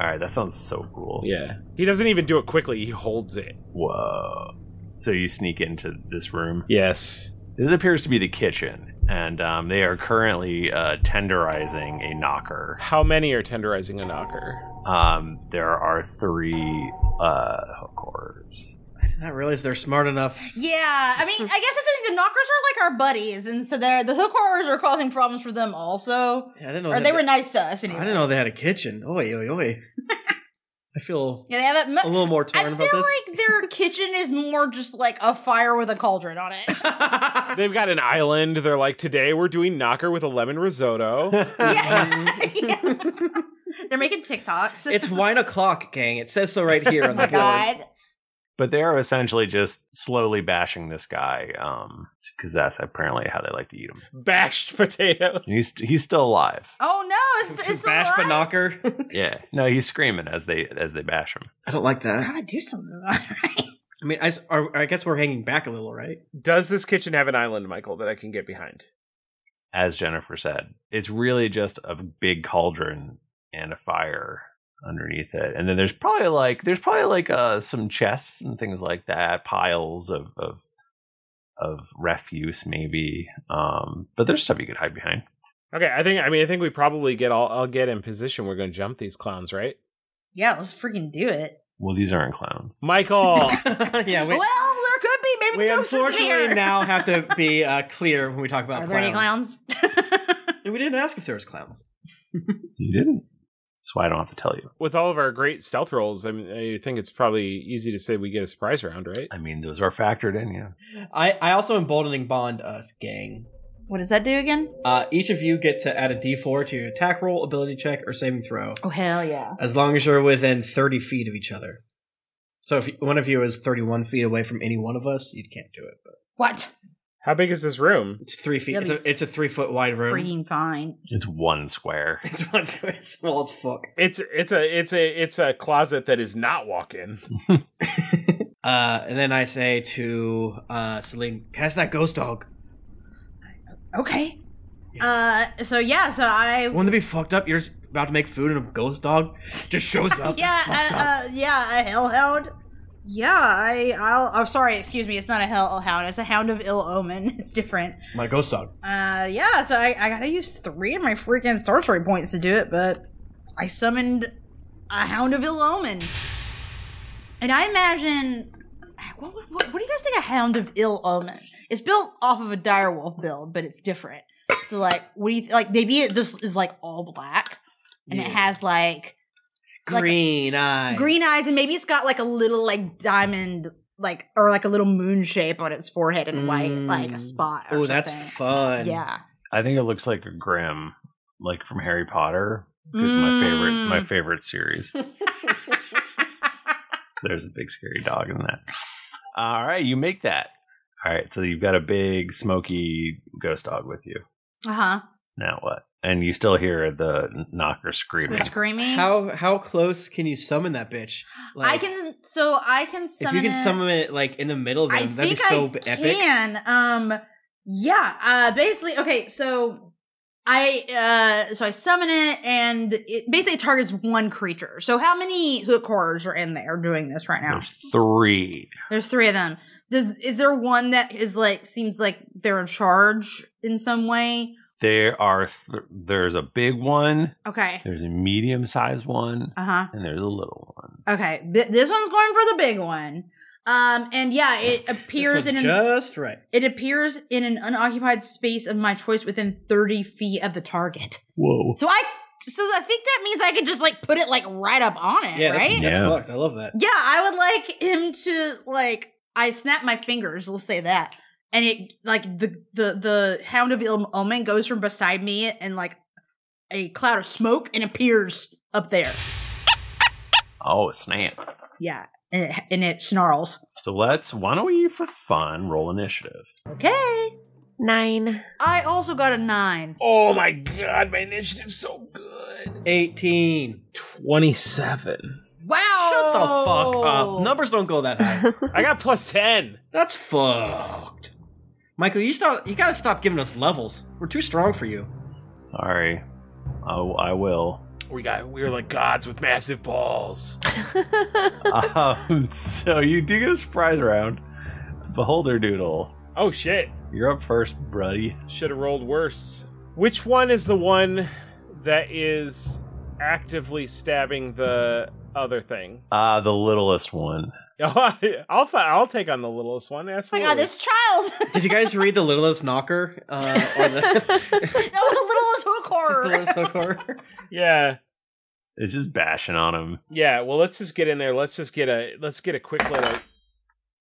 All right, that sounds so cool.
Yeah, he doesn't even do it quickly. He holds it.
Whoa. So you sneak into this room.
Yes.
This appears to be the kitchen, and um, they are currently uh, tenderizing a knocker.
How many are tenderizing a knocker?
Um, there are three uh, hook horrors.
not realize they're smart enough.
Yeah, I mean, I guess I think the knockers are like our buddies, and so they're the hook horrors are causing problems for them also.
Yeah, I didn't know.
Or
had
they
the-
were nice to us anyway.
I didn't know they had a kitchen. Oi, oi, oi. I feel
Yeah, they have that.
a little more torn
I
about
feel
this.
like their kitchen is more just like a fire with a cauldron on it.
They've got an island. They're like, today we're doing knocker with a lemon risotto.
They're making TikToks.
it's wine o'clock, gang. It says so right here on the board.
Oh God.
But they are essentially just slowly bashing this guy, um, because that's apparently how they like to eat him.
Bashed potatoes.
He's he's still alive.
Oh no, it's, it's bash but
knocker.
Yeah. No, he's screaming as they as they bash him.
I don't like that.
Gotta do something about it.
I mean, I, s- are- I guess we're hanging back a little, right?
Does this kitchen have an island, Michael, that I can get behind?
As Jennifer said, it's really just a big cauldron and a fire underneath it, and then there's probably like there's probably like uh some chests and things like that, piles of of of refuse maybe. Um, but there's stuff you could hide behind.
Okay, I think. I mean, I think we probably get all. I'll get in position. We're going to jump these clowns, right?
Yeah, let's freaking do it.
Well, these aren't clowns,
Michael.
yeah.
well, there could be. Maybe
we
the ghost was
unfortunately
here.
now have to be uh, clear when we talk about
Are
clowns.
there any
And we didn't ask if there was clowns.
You didn't. That's why I don't have to tell you.
With all of our great stealth rolls, I, mean, I think it's probably easy to say we get a surprise round, right?
I mean, those are factored in, yeah.
I, I also emboldening bond us, gang.
What does that do again?
Uh, each of you get to add a d4 to your attack roll, ability check, or saving throw,
Oh hell yeah!
as long as you're within 30 feet of each other. So if one of you is 31 feet away from any one of us, you can't do it. But
What?
How big is this room?
it's three feet. It's
That'd
a, it's a three foot wide room.
Freaking fine.
It's one square.
It's one it's small as fuck.
It's it's a it's a it's a closet that is not walk in.
Uh, and then I say to uh, Celine, cast that ghost dog.
Okay. Uh, so yeah, so I
Wouldn't it be fucked up? You're just about to make food and a ghost dog just shows up.
yeah, uh, uh, yeah, a hellhound. Yeah, I, I'll. I'm sorry. Excuse me. It's not a hellhound. It's a hound of ill omen. It's different.
My ghost dog.
Uh, yeah. So I, I gotta use three of my freaking sorcery points to do it, but I summoned a hound of ill omen, and I imagine. What, what, what do you guys think a hound of ill omen? It's built off of a direwolf build, but it's different. So like, what do you th- like? Maybe it just is like all black, and it
Yeah.
has like like-
Green eyes.
green eyes and maybe it's got like a little like diamond like or like a little moon shape on its forehead and white like a spot or
Oh, that's
something.
fun.
yeah
I think it looks like a Grim, like from Harry Potter. 'cause My favorite, my favorite series. There's a big scary dog in that. All right, you make that. All right, so you've got a big smoky ghost dog with you.
uh-huh
Now what? And you still hear the knocker screaming.
the screaming
How how close can you summon that bitch?
i can so i can
If
summon
you can
it-
summon it like in the middle of
i
them, that'd be
think
so
i
b- epic.
can um yeah uh basically okay so i uh so i summon it and it basically targets one creature so how many hook horrors are in there doing this right now
There's three.
There's three of them. There's is there one that is like seems like they're in charge in some way?
There are. Th- there's a big one.
Okay.
There's a medium-sized one,
Uh huh.
and there's a little one.
Okay. Th- this one's going for the big one. Um and yeah, it
This
appears
was
in an
just right.
it appears in an unoccupied space of my choice within 30 feet of the target.
Whoa.
So I so I think that means I could just like put it like right up on it,
Yeah, that's,
right?
that's
Yeah.
fucked. I love that.
Yeah, I would like him to like I snap my fingers, we'll say that. And it like the the the hound of ill omen goes from beside me and like a cloud of smoke and appears up there.
Oh, snap.
Yeah. And it, and it snarls.
So let's, why don't we, for fun, roll initiative?
Okay.
Nine.
I also got a nine.
Oh my god, my initiative's so good.
Eighteen.
Twenty-seven.
Wow.
Shut the fuck
Oh.
up. Numbers don't go that high.
I got plus ten.
that's fucked. Michael, you start. You gotta stop giving us levels. We're too strong for you.
Sorry. Oh, I will.
We got we were like gods with massive balls.
um, so you do get a surprise round. Beholder Doodle,
Oh shit.
you're up first, buddy.
Should have rolled worse. Which one is the one that is actively stabbing the other thing?
Ah, the littlest one.
Oh, I'll fi- I'll take on the littlest one. Absolutely.
Oh God, this child.
Did you guys read the Littlest Knocker? Uh, or the
that was a little hook horror.
Littlest Hook Horror?
Yeah.
It's just bashing on him.
Yeah, well, let's just get in there. Let's just get a let's get a quick little.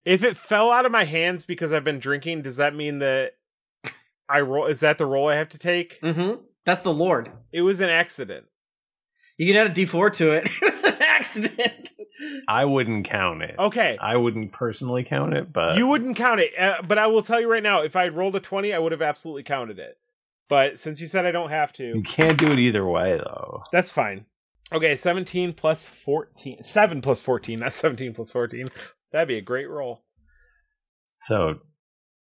If it fell out of my hands because I've been drinking, does that mean that I roll? Is that the roll I have to take?
Mm-hmm. That's the Lord.
It was an accident.
You can add a D4 to it. it was an accident.
I wouldn't count it.
Okay,
I wouldn't personally count it, but
you wouldn't count it, uh, but I will tell you right now. If I had rolled a twenty, I would have absolutely counted it. But since you said I don't have
you
to,
can't do it either way, though.
that's fine. Okay, seventeen plus fourteen, seven plus fourteen, not seventeen plus fourteen. That'd be a great roll.
So,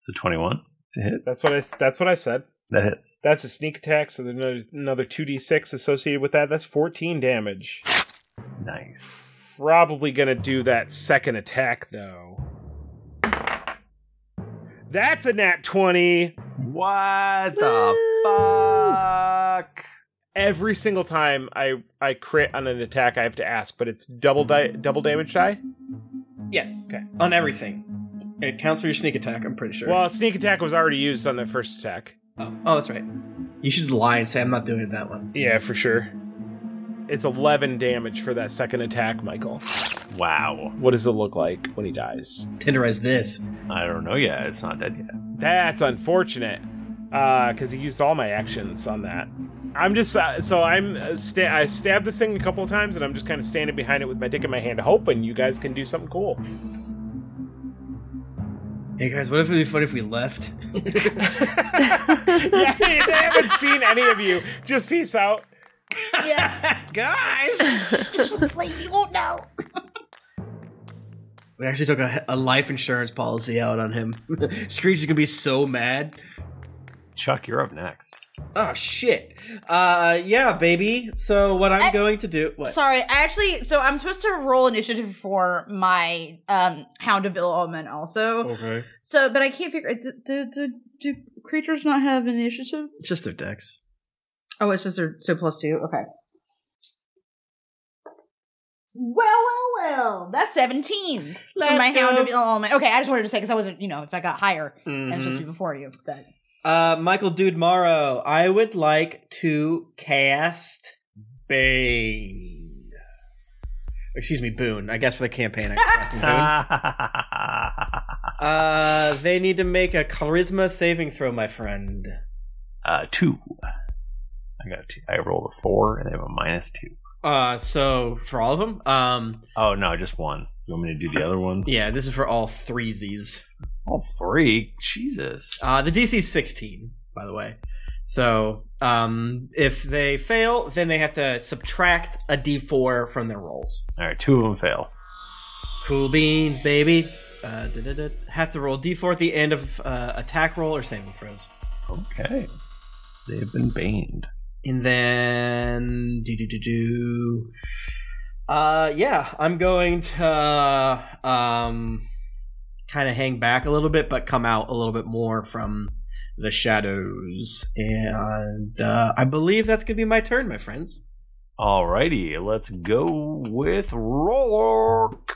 so twenty-one to hit.
That's what I. s- That's what I said.
That hits.
That's a sneak attack, so there's another- another 2d6 associated with that. That's 14 damage.
Nice.
Probably gonna do that second attack, though. That's a nat 20!
What the fuck?
Every single time I, I crit on an attack, I have to ask, but it's double di- double damage die?
Yes.
Okay.
On everything. It counts for your sneak attack, I'm pretty sure.
Well, sneak attack was already used on the first attack.
oh, oh, that's right. You should lie and say, I'm not doing that one.
Yeah, for sure. It's 11 damage for that second attack, Michael.
Wow.
What does it look like when he dies?
Tenderize this.
I don't know yet. It's not dead yet.
That's unfortunate. Because he used all my actions on that. I'm just uh, so I'm uh, sta- I stabbed this thing a couple of times, and I'm just kind of standing behind it with my dick in my hand, hoping you guys can do something cool.
Hey guys, what if it'd be funny if we left?
yeah, they haven't seen any of you. Just peace out.
guys!
Just sleep. You won't know.
We actually took a, a life insurance policy out on him. Screech is gonna be so mad.
Chuck, you're up next.
Oh shit. Uh, yeah, baby. So what I'm going to do? What?
Eh, Sorry, I actually. So I'm supposed to roll initiative for my um Hound of Ill Omen also.
Oh.
Okay.
So, but I can't figure. Do, do, do, do creatures not have initiative?
It's just their decks.
Oh, it's just their so plus two. Okay. Well, well, well. That's seventeen for my Hound of Ill Omen. Okay, I just wanted to say because I wasn't, you know, if I got higher, I was supposed
Mm-hmm.
to be before you. But
Uh, Michael Dude Morrow, I would like to cast Bane. Excuse me, Boone. I guess for the campaign, I can cast him, Boone.
uh,
Uh, they need to make a charisma saving throw, my friend.
Uh, two. I got. Two. I rolled a four, and I have a minus two.
Uh, so for all of them, um,
Oh no, just one. You want me to do the other ones?
yeah, this is for all three Z's.
All three. Jesus.
Uh, the DC is 16, by the way. So um, if they fail, then they have to subtract a D4 from their rolls.
All right, two of them fail.
Cool beans, baby. Uh, da-da-da. have to roll D4 at the end of uh, attack roll or saving throws.
Okay. They've been baned.
And then do do do do. Uh, yeah, I'm going to um, kind of hang back a little bit, but come out a little bit more from the shadows. And uh, I believe that's gonna be my turn, my friends.
Alrighty, let's go with Rolork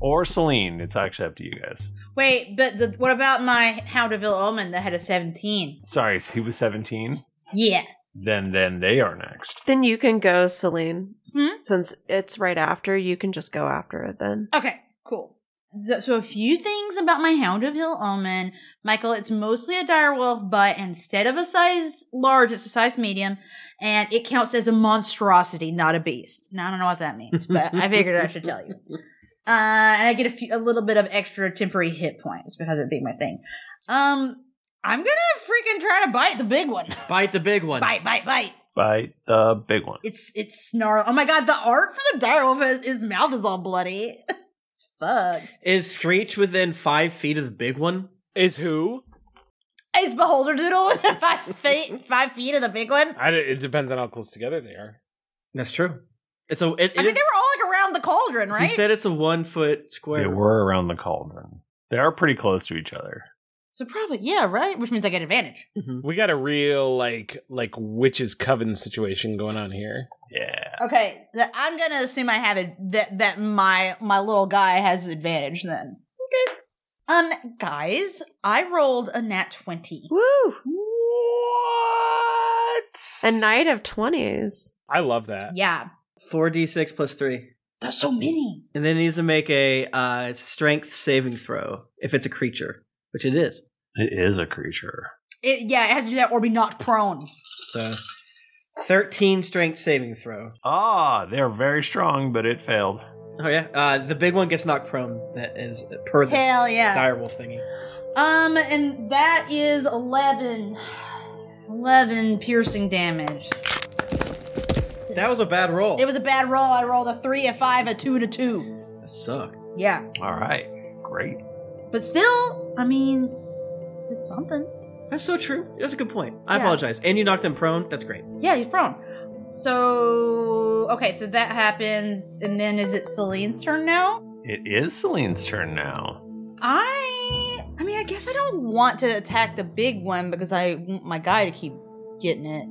or Celine. It's actually up to you guys.
wait, but the, what about my Hound of Ill Omen that had a seventeen?
Sorry, he was seventeen.
Yeah.
Then, then they are next.
Then you can go, Celine.
Hmm?
Since it's right after, you can just go after it then.
Okay, cool. So, so a few things about my Hound of Hill Omen. Michael, it's mostly a direwolf, but instead of a size large, it's a size medium, and it counts as a monstrosity, not a beast. Now, I don't know what that means, but I figured I should tell you. Uh, and I get a, few, a little bit of extra temporary hit points because of it being my thing. Um, I'm gonna freaking try to bite the big one.
Bite the big one.
bite, bite, bite.
Bite the big one.
It's it's snarl. Oh my god, the art for the direwolf is his mouth is all bloody. it's fucked.
Is Screech within five feet of the big one?
Is who?
Ace Beholder Doodle within five feet, five feet of the big one.
I, don't- it depends on how close together they are.
That's true. It's a. It, it
I mean,
is-
they were all like around the cauldron,
He
right?
said it's a one foot
They
square.
were around the cauldron. They are pretty close to each other.
So probably yeah, right? Which means I get advantage.
Mm-hmm.
We got a real like like witches coven situation going on here. Yeah.
Okay, that I'm gonna assume I have it that that my my little guy has advantage then. Okay. Um, guys, I rolled a nat twenty.
Woo!
What?
A night of 20s.
I love that.
Yeah.
Four d six plus three.
That's so many.
And then it needs to make a uh, strength saving throw if it's a creature, which it is.
It is a creature.
It, yeah, it has to do that or be knocked prone.
So, thirteen strength saving throw.
Ah, they're very strong, but it failed.
Oh yeah, uh, the big one gets knocked prone. That is per the
Hell yeah.
direwolf thingy.
Um, and that is 11. 11 piercing damage.
That was a bad roll.
It was a bad roll. I rolled a 3, a 5, a 2, and a 2.
That sucked.
Yeah.
All right. Great.
But still, I mean, it's something.
That's so true. That's a good point. I
Yeah.
apologize. And you knocked them prone. That's great.
Yeah, he's prone. So, okay, so that happens. And then is it Celine's turn now?
It is Celine's turn now.
I. I mean, I guess I don't want to attack the big one because I want my guy to keep getting it.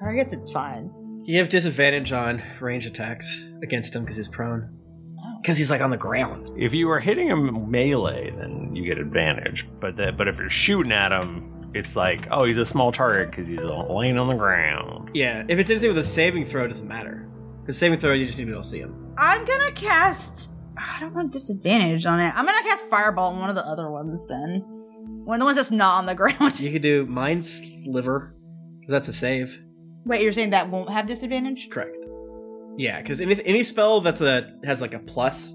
Or I guess it's fine.
You have disadvantage on range attacks against him because he's prone.
Oh.
Because he's like on the ground.
If you are hitting him melee, then you get advantage. But that, but if you're shooting at him, it's like, oh, he's a small target because he's laying on the ground.
Yeah, if it's anything with a saving throw, it doesn't matter. Because saving throw, you just need to be able to see him.
I'm gonna cast. I don't want disadvantage on it. I'm gonna cast fireball on one of the other ones then. One of the ones that's not on the ground.
You could do mind sliver, because that's a save.
Wait, you're saying that won't have disadvantage?
Correct. Yeah, because any any spell that's a has like a plus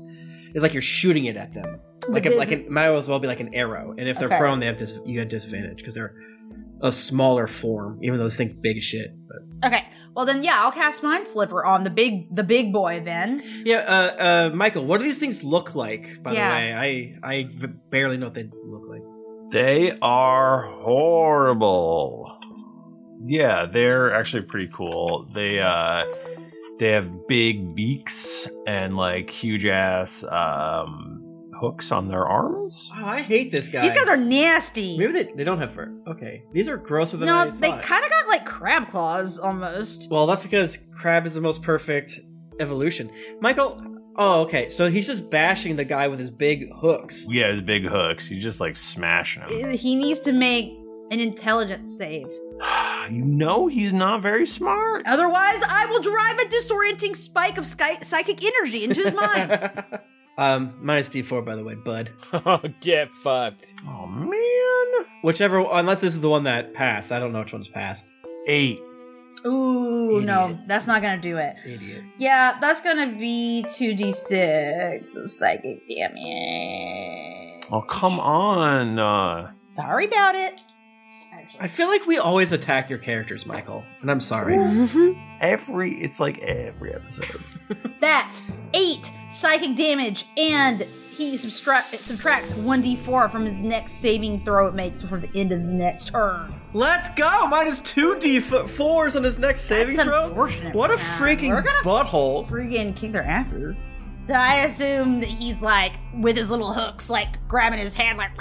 is like you're shooting it at them.
But
Like a,
this-
like an, might as well be like an arrow. And if they're
Okay.
prone, they have dis- you have disadvantage because they're a smaller form, even though this thing's big as shit. But
Okay. Well then, yeah, I'll cast mind sliver on the big the big boy then.
yeah, uh, uh, Michael, what do these things look like? By
Yeah.
the way, I I v- barely know what they look like.
They are horrible. Yeah, they're actually pretty cool. They uh they have big beaks and like huge ass um hooks on their arms.
Oh, I hate this guy.
These guys are nasty.
maybe they, they don't have fur. Okay, these are grosser than I
No,
thought.
they kind of got like crab claws almost.
Well, that's because crab is the most perfect evolution. Michael, oh, okay. So he's just bashing the guy with his big hooks.
Yeah, his big hooks. You just like smash him.
Uh, He needs to make an intelligence save.
You know he's not very smart.
Otherwise, I will drive a disorienting spike of sky- psychic energy into his mind.
Um, minus D4, by the way, bud.
Get fucked.
Oh man.
Whichever, unless this is the one that passed. I don't know which one's passed.
Eight.
Ooh, no,
Idiot.
that's not gonna do it.
Idiot.
Yeah, that's gonna be 2d6 of psychic damage.
Oh come on. Uh,
Sorry about it.
I feel like we always attack your characters, Michael, and I'm sorry.
every it's like every episode.
That's 8 psychic damage, and he substra- subtracts 1d4 from his next saving throw it makes before the end of the next turn.
Let's go! Minus two D4s on his next saving
That's
throw.
unfortunate,
What a
man.
freaking
We're gonna
butthole!
Freaking kick their asses. So I assume that he's like, with his little hooks, like grabbing his hand, like,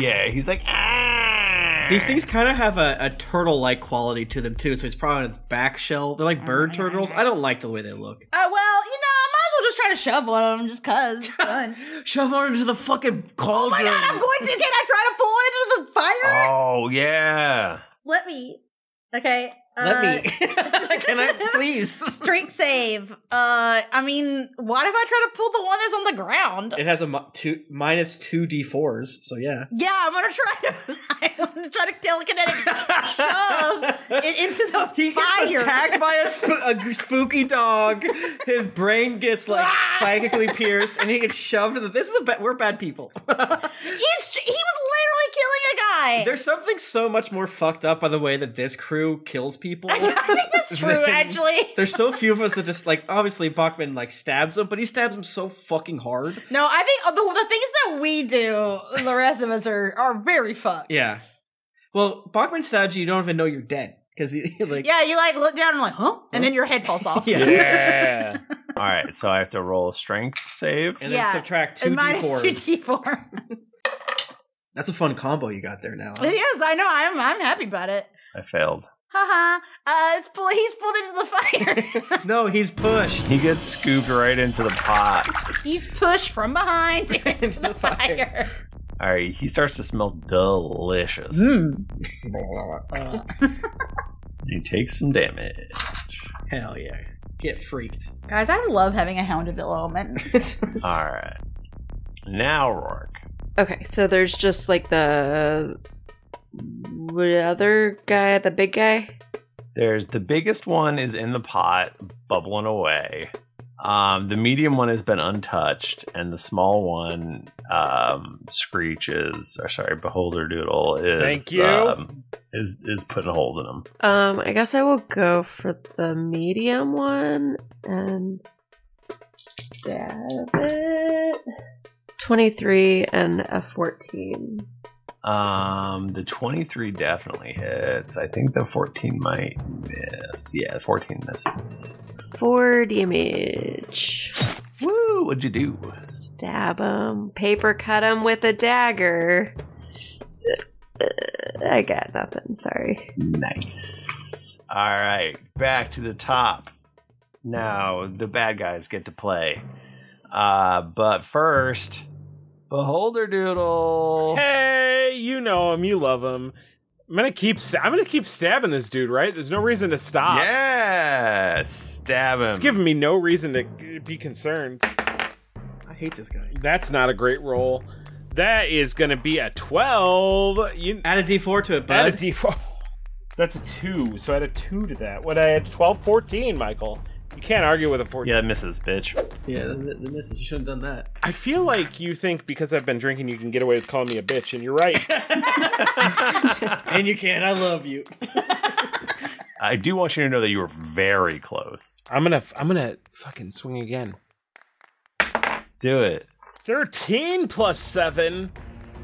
Yeah, he's like ah.
These things kind of have a, a turtle like quality to them, too, so it's probably on its back shell. They're like bird turtles. I don't like the way they look.
uh, well, you know, I might as well just try to shove one of them just cuz. it's fun.
Shove on into the fucking
oh my
cauldron.
god, I'm going to. Can I try to pull it into the fire?
Oh yeah.
Let me. Okay.
Let
uh,
me. Can I please?
Strength save. Uh, I mean, why if I try to pull the one that's on the ground?
It has a mi- two minus two d4s, so yeah.
yeah, I'm gonna try to. I'm gonna try to telekinetic shove it into the
He gets
fire.
attacked by a, sp- a g- spooky dog. His brain gets like psychically pierced, and he gets shoved. In the- this is a ba- we're bad people.
He's, he was literally killing a guy.
There's something so much more fucked up by the way that this crew kills people.
I think that's true, actually.
There's so few of us that just like obviously Bachman like stabs him, but he stabs him so fucking hard.
No, I think uh, the, the things that we do, the rest of us are are very fucked.
Yeah. Well, Bachman stabs you. You don't even know you're dead because he like
Yeah, you like look down and like, huh? And then your head falls off.
Yeah.
Yeah. All right, so I have to roll a strength save.
And
Yeah.
then subtract two
And minus
d4s.
two d4.
That's a fun combo you got there now.
It is. I know. I'm. I'm happy about it.
I failed.
Haha. Uh, it's pull, he's pulled into the fire.
no, he's pushed.
He gets scooped right into the pot.
he's pushed from behind into the fire.
All right, he starts to smell delicious.
Hmm. Uh,
He takes some damage.
hell yeah. Get freaked.
Guys, I love having a Houndeville element.
All right. Now, Rourke.
Okay, so there's just like the the other guy, the big guy.
There's the biggest one is in the pot, bubbling away. Um, the medium one has been untouched, and the small one, um, screeches. Or sorry, beholder doodle is.
Thank you.
Um, is is putting holes in him.
Um, I guess I will go for the medium one and stab it. Twenty-three and a fourteen.
Um, the 23 definitely hits. I think the 14 might miss. Yeah, 14 misses.
Four damage.
Woo! What'd you do?
Stab him. Paper cut him with a dagger. Uh, I got nothing. Sorry.
Nice. All right, back to the top. Now the bad guys get to play. Uh, but first, Beholder Doodle.
Hey, you know him, you love him. I'm gonna keep. St- I'm gonna keep stabbing this dude. Right? There's no reason to stop.
Yeah, stab him.
It's giving me no reason to g- be concerned.
I hate this guy.
That's not a great roll. That is gonna be a twelve. You
Add a d4 to it, bud.
add a d4. That's a two. So add a two to that. What I had 12, 14, Michael. You can't argue with a fourteen.
Yeah, that misses, bitch.
yeah, the, the misses. You shouldn't have done that.
I feel like you think because I've been drinking, you can get away with calling me a bitch, and you're right.
and you can. I love you.
I do want you to know that you were very close.
I'm gonna. I'm gonna fucking swing again.
Do it.
Thirteen plus seven.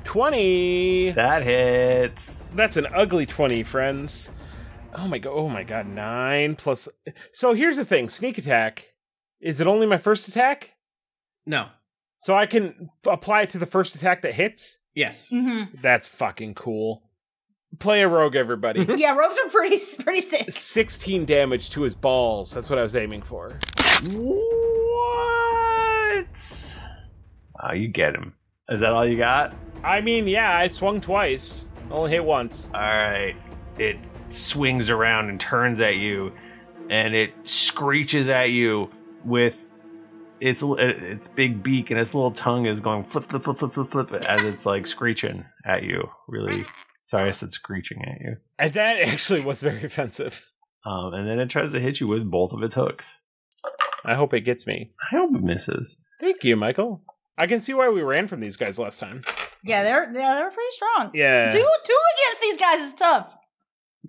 20.
That hits.
That's an ugly 20, friends. Oh my god. Oh my god. 9 plus So here's the thing, sneak attack. Is it only my first attack?
No.
So I can apply it to the first attack that hits?
Yes.
That's fucking cool. Play a rogue everybody.
yeah, ropes are pretty pretty sick.
16 damage to his balls. That's what I was aiming for.
What? Oh, you get him. Is that all you got?
I mean, yeah, I swung twice. Only hit once.
All right. It swings around and turns at you, and it screeches at you with its uh, its big beak and its little tongue is going flip flip flip flip flip flip as it's like screeching at you. Really, sorry, I said screeching at you.
And that actually was very offensive.
Um, and then it tries to hit you with both of its hooks.
I hope it gets me.
I hope it misses.
Thank you, Michael. I can see why we ran from these guys last time.
Yeah, they're yeah, they're pretty strong.
Yeah.
Two two against these guys is tough.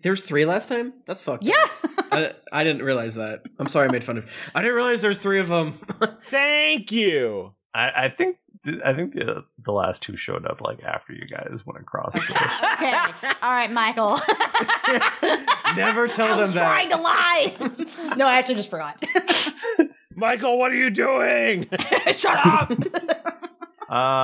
There's three last time? That's fucked. up.
Yeah.
I, I didn't realize that. I'm sorry I made fun of I didn't realize there's three of them.
Thank you.
I, I think I think the the last two showed up like after you guys went across. the-
Okay. All right, Michael.
Never tell
I
them
was
that.
trying to lie. no, I actually just forgot.
Michael, what are you doing?
Shut up.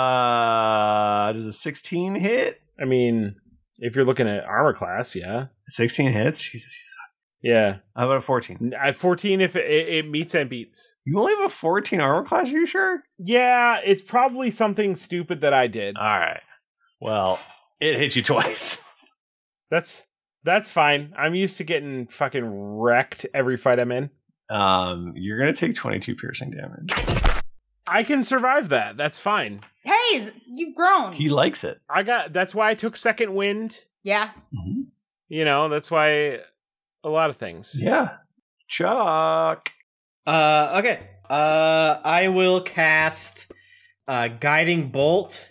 uh, does a sixteen hit?
I mean, if you're looking at armor class, yeah.
16 hits? Jesus, you suck.
Yeah.
How about a 14?
I 14 if it, it, it meets and beats.
You only have a 14 armor class, are you sure?
Yeah, it's probably something stupid that I did.
All right. Well, it hit you twice.
That's that's fine. I'm used to getting fucking wrecked every fight I'm in.
Um, you're going to take 22 piercing damage.
I can survive that. That's fine.
hey, you've grown.
He likes it.
I got that's why I took second wind.
yeah.
You know, that's why a lot of things.
Yeah. Chuck.
Uh, okay. Uh, I will cast uh, guiding bolt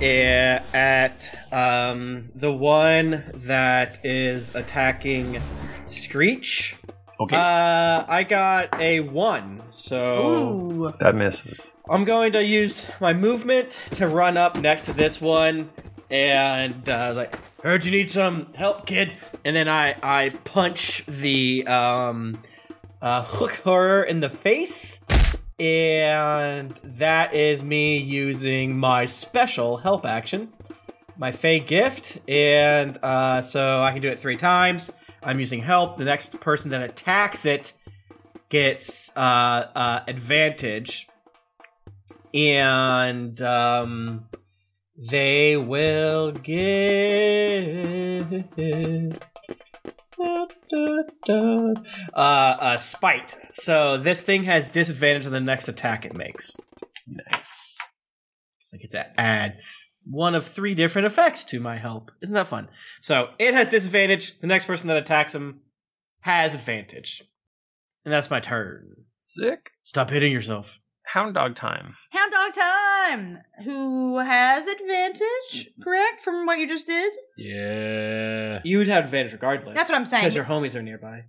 eh, at um, the one that is attacking Screech.
Okay.
Uh, I got a one, so
Ooh.
that misses.
I'm going to use my movement to run up next to this one, and uh, like, heard you need some help, kid. And then I I punch the um, uh, hook her in the face, and that is me using my special help action. my Fey gift, and uh, so I can do it three times. I'm using help. The next person that attacks it gets uh, uh, advantage, and um, they will get uh, uh, spite. So this thing has disadvantage on the next attack it makes. Nice. So I get to add one of three different effects to my help. Isn't that fun? So it has disadvantage. The next person that attacks him has advantage. And that's my turn.
Sick.
Stop hitting yourself.
Hound dog time.
Hound Dog Time, who has advantage,
Mm-hmm.
correct, from what you just did?
Yeah.
You would have advantage regardless.
That's what I'm saying.
Because your homies are nearby.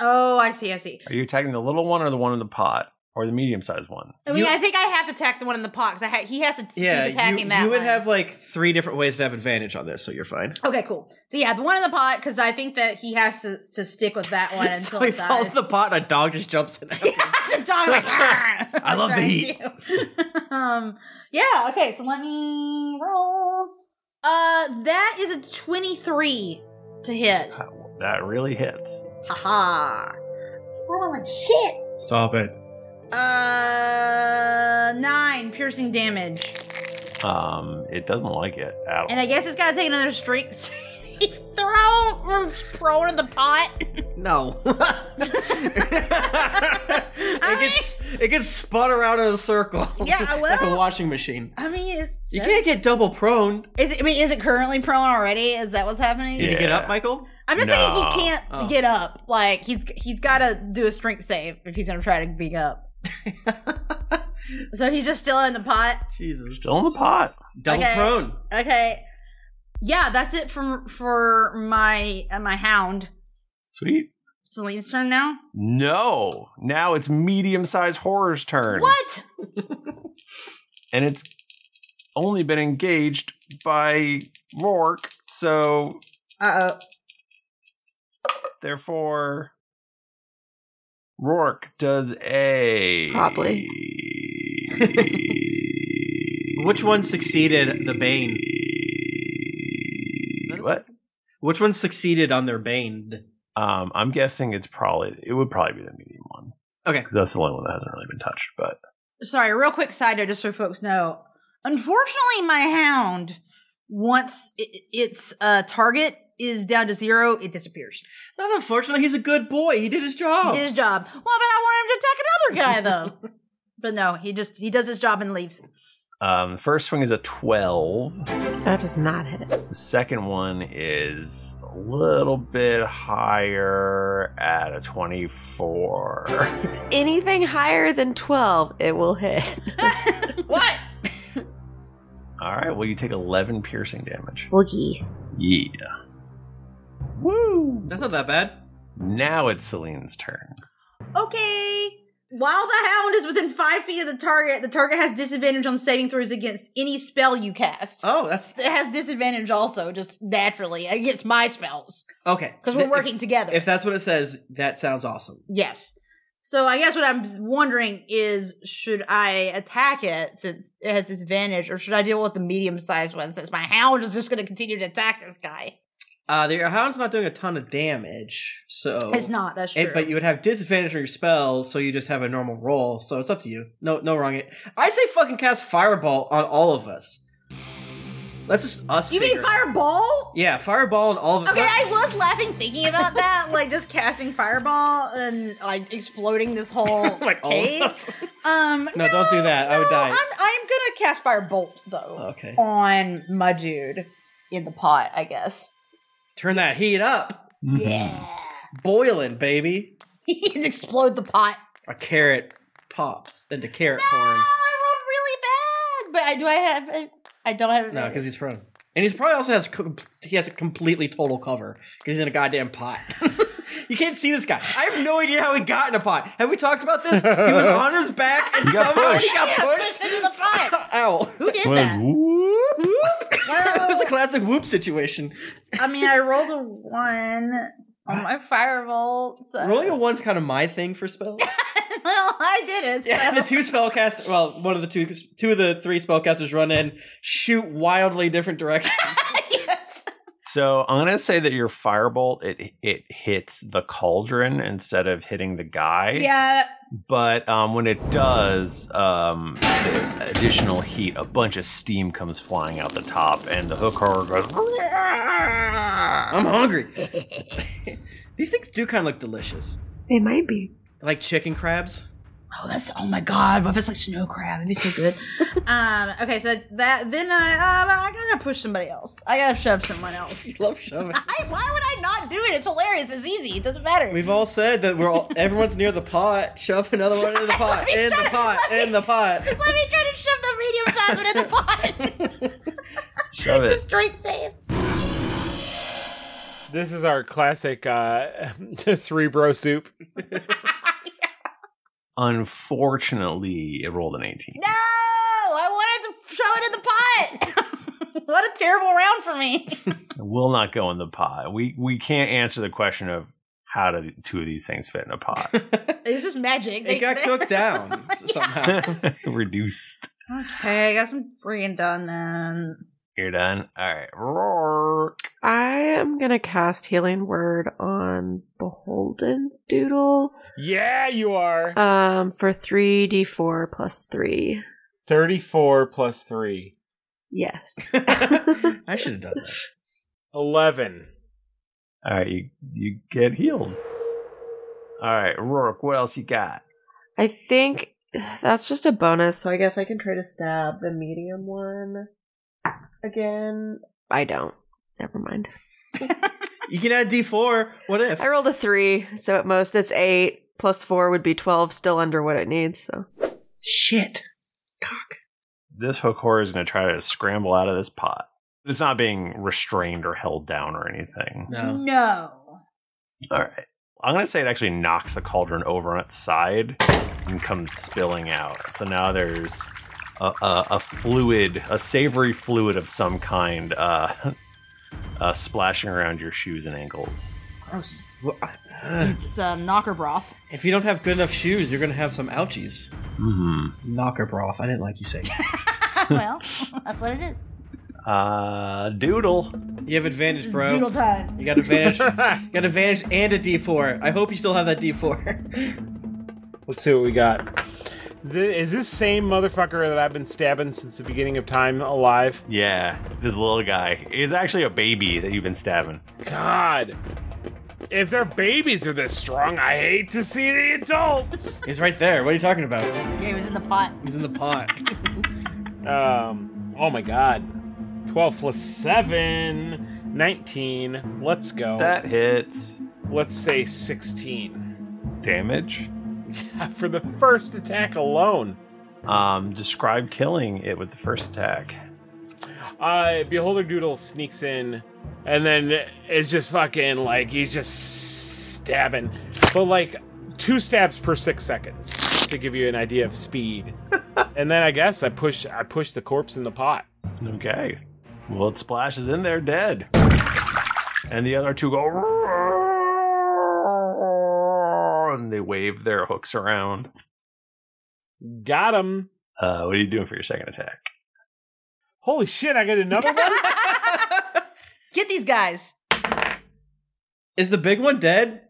Oh, I see, I see.
Are you attacking the little one or the one in the pot or the medium sized one?
I mean, I think I have to attack the one in the pot because ha- he has to keep
Yeah, you,
attacking
you
that
would
one.
have like three different ways to have advantage on this, so you're fine.
Okay, cool. So yeah, the one in the pot because I think that he has to, to stick with that one
so
until
he
it dies.
falls in the pot and a dog just jumps in.
the dog like, "Arr!"
I love the
Tries
heat.
to. um, yeah. Okay. So let me roll. Uh, that is a twenty-three to hit.
That really hits.
Haha. Rolling shit.
Stop it.
Uh, nine piercing damage,
Um, it doesn't like it at all.
and I guess it's gotta take another streak. Throw or thrown in the pot.
No. it gets it gets spun around in a circle.
Yeah,
like a
well-
washing machine.
I mean, it's
You can't get double prone.
Is it, I mean, is it currently prone already? Is that what's happening?
Did you get up, Michael?
I'm just saying he can't
Oh.
get up. Like he's he's got to do a strength save if he's gonna try to be up. so he's just still in the pot.
Jesus.
Still in the pot.
Double
Okay.
prone.
Okay. Yeah, that's it from for my uh, my hound.
Sweet.
Celine's turn now.
No. Now it's medium sized horror's turn.
What?
And it's only been engaged by Rourke, so
Uh oh.
therefore Rourke does a
Probably. Which one succeeded the bane?
What?
Which one succeeded on their bane?
Um, I'm guessing it's probably it would probably be the medium one.
Okay.
Because that's the only one that hasn't really been touched, but
Sorry, real quick side note, just so folks know. Unfortunately, my hound, once i its uh, target is down to zero, it disappears.
Not unfortunately, he's a good boy. He did his job.
He did his job. Well, but I want him to attack another guy though. but no, he just he does his job and leaves.
um the first swing is a twelve.
That does not hit it.
The second one is a little bit higher at a 24.
It's anything higher than 12, it will hit.
what?
All right, well, you take 11 piercing damage.
Woogie.
Yeah. Woo!
That's not that bad.
Now it's Celine's turn.
Okay. While the hound is within five feet of the target, the target has disadvantage on saving throws against any spell you cast.
Oh, that's
It has disadvantage also, just naturally against my spells
okay.
because we're
If-
working together.
If that's what it says, that sounds awesome.
yes. So I guess what I'm wondering is, should I attack it since it has disadvantage, or should I deal with the medium-sized one since my hound is just going to continue to attack this guy?
Uh, the hound's not doing a ton of damage, so
It's not. That's true.
It- but you would have disadvantage on your spells, so you just have a normal roll. So it's up to you. No, no wrong. It. I say fucking cast fireball on all of us. Let's just us.
You
figure
mean
it out.
fireball?
Yeah, fireball on all of us.
Okay, I was laughing thinking about that, like just casting fireball and like exploding this whole
Like all of
cave.
us.
Um,
No, don't do that. I would
no,
die.
I'm, I'm gonna cast firebolt though
okay.
on my dude in the pot, I guess.
Turn that heat up.
Yeah,
Boiling, baby.
And explode the pot.
A carrot pops into carrot
Ah,
horn.
I rolled really bad, but I do. I have. I don't have.
No, because he's prone. And he's probably also has co- he has a completely total cover because he's in a goddamn pot. you can't see this guy. I have no idea how he got in a pot. Have we talked about this? He was on his back and
He got
somehow Oh, he
pushed.
got
Yeah,
pushed.
pushed into the pot.
Ow!
Who did
Well,
that?
whoop.
That was
Well,
a classic whoop situation.
I mean, I rolled a
Uh,
one on my firebolt. So.
Rolling a one's kind of my thing for spells.
well, I did it.
Yeah, the two spellcasters. Well, one of the two, two of the three spellcasters run in, shoot wildly different directions.
So I'm gonna say that your firebolt it it hits the cauldron instead of hitting the guy.
Yeah.
But um, when it does, um, the additional heat, a bunch of steam comes flying out the top, and the hook horror goes. Ah.
I'm hungry. These things do kind of look delicious,
They might be.
like chicken crabs.
Oh, that's oh my god! What if it's like snow crab? It'd be so good. um. Okay, so that then I um, I gotta push somebody else. I gotta shove someone else. you
love shoving.
I, why would I not do it? It's hilarious. It's easy. It doesn't matter.
We've all said that we're all everyone's near the pot. Shove another one into the pot, in the pot, in the pot.
Let me try to shove the medium sized one in the pot.
Shove
it's a straight save.
This is our classic uh, three bro soup.
Unfortunately, it rolled an 18.
No, Oh, I wanted to shove it in the pot. what a terrible round for me.
It will not go in the pot. We we can't answer the question of how do two of these things fit in a pot.
This is magic.
It got cooked down somehow.
Reduced.
Okay, I got some freaking done then.
You're done. All right.
I am gonna cast Healing Word on Beholden Doodle.
Yeah, you are.
Um, for three d four plus three.
34 plus 3.
Yes.
I should have done that.
11.
All right, you you get healed. All right, Rourke, what else you got?
I think that's just a bonus, so I guess I can try to stab the medium one again. I don't. Never mind.
You can add D four. What if?
I rolled a three, so at most it's eight. Plus four would be twelve, still under what it needs, so.
Shit.
This hook horror is going to try to scramble out of this pot. It's not being restrained or held down or anything.
No.
No.
All right. I'm going to say it actually knocks the cauldron over on its side and comes spilling out. So now there's a, a, a fluid, a savory fluid of some kind, uh, uh, splashing around your shoes and ankles.
Gross.
Well, I- ugh.
It's um, knocker broth.
if you don't have good enough shoes, you're gonna have some ouchies.
Mm-hmm.
Knocker broth. I didn't like you saying. that.
well, that's what it is.
Uh, doodle.
You have advantage, bro.
Doodle time.
You got advantage. you got advantage and a D4. I hope you still have that D4.
Let's see what we got. Th- is this same motherfucker that I've been stabbing since the beginning of time alive?
Yeah, this little guy is actually a baby that you've been stabbing.
God. If their babies are this strong, I hate to see the adults.
He's right there. What are you talking about?
Yeah, it was in the pot.
He's in the pot.
Um, oh my god. 12 plus 7, 19. Let's go.
That hits
Let's say 16.
damage.
For the first attack alone.
Um, describe killing it with the first attack.
Uh, Beholder Doodle sneaks in and then it's just fucking like he's just stabbing. But like two stabs per six seconds to give you an idea of speed. and then I guess I push I push the corpse in the pot.
Okay. Well, it splashes in there dead. And the other two go. And they wave their hooks around.
Got him.
Uh, what are you doing for your second attack?
Holy shit, I get another one?
Get these guys.
Is the big one dead?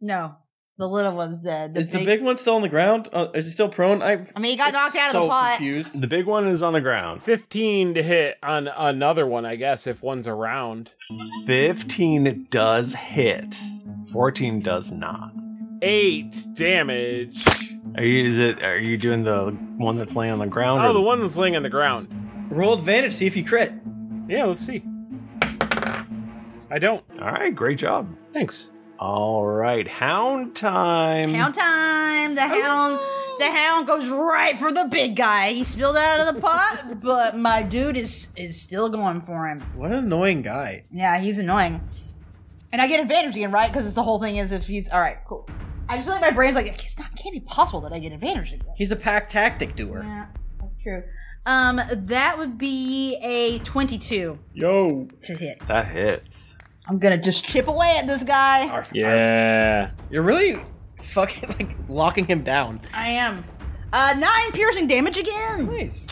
No, the little one's dead.
is the big one still on the ground? Uh, is he still prone? I
I mean, he got knocked out of the
so
pot.
Confused.
The big one is on the ground.
15 to hit on another one, I guess, if one's around.
15 does hit, 14 does not.
Eight damage.
Are you, is it, are you doing the one that's laying on the ground?
Oh,
or
the one that's laying on the ground.
Roll advantage. See if you crit.
Yeah, let's see. I don't.
All right, great job.
Thanks.
All right, hound time.
Hound time. The hound. The hound goes right for the big guy. He spilled out of the pot, but my dude is is still going for him.
What an annoying guy.
Yeah, he's annoying. And I get advantage again, right? Because the whole thing is if he's all right, cool. I just feel like my brain's like it's not can't be possible that I get advantage again.
He's a pack tactic doer.
Yeah, that's true. Um, that would be a twenty-two
Yo.
to hit.
That hits.
I'm gonna just chip away at this guy.
Yeah.
Uh, You're really fucking like locking him down.
I am. Uh, nine piercing damage again.
Nice.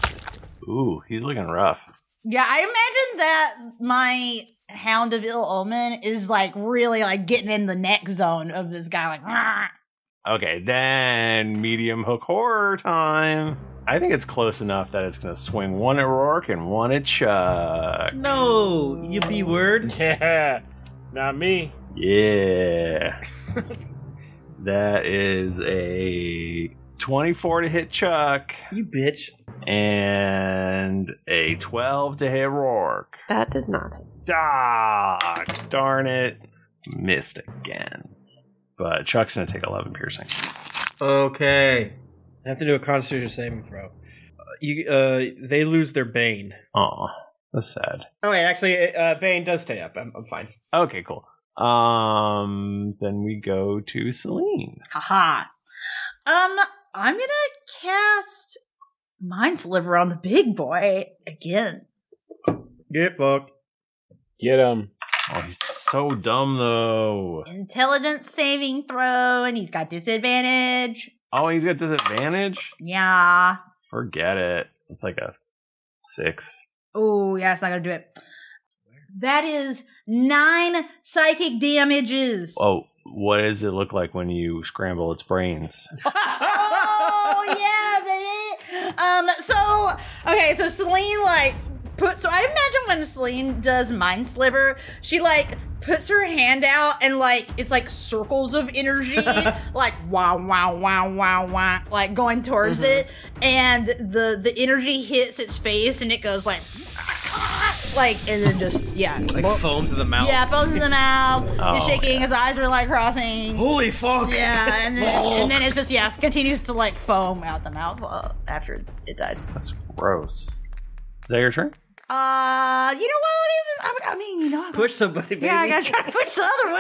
Ooh, he's looking rough.
Yeah, I imagine that my hound of ill omen is like really like getting in the neck zone of this guy. Like, "Rah."
Okay, then medium hook horror time. I think it's close enough that it's going to swing one at Rourke and one at Chuck.
No, you be word.
Yeah, not me.
Yeah. that is a 24 to hit Chuck.
You bitch.
And a 12 to hit Rourke.
That does not hit.
Ah, darn it. Missed again. But Chuck's going to take 11 piercing.
Okay. I have to do a Constitution saving throw. Uh, you, uh, they lose their Bane.
Aw, that's sad.
Oh wait, actually, uh, Bane does stay up. I'm, I'm fine.
Okay, cool. Um, then we go to Celine.
haha. Um, I'm gonna cast Mind Sliver on the big boy again.
Get fucked.
Get him.
Oh, he's so dumb though.
Intelligence saving throw, and he's got disadvantage.
Oh, he's got disadvantage.
Yeah.
Forget it. It's like a six.
Oh, yeah, it's not gonna do it. That is nine psychic damages.
Oh, what does it look like when you scramble its brains?
oh yeah, baby. Um, so okay, so Celine like put. So I imagine when Celine does mind sliver, she like puts her hand out and like it's like circles of energy, like wow, wow, wow, wow, wow, like going towards it, and the the energy hits its face and it goes like. Like and then just yeah,
Like foams in the mouth.
yeah, foams in the mouth.
Oh,
he's shaking. His eyes are like crossing.
Holy fuck!
Yeah, and then, and then it's just yeah, continues to like foam out the mouth uh, after it- it dies.
That's gross. Is that your turn?
Uh, you know what? I, don't even- I I mean, you know, I
Push somebody. Baby.
yeah, I gotta try to push the other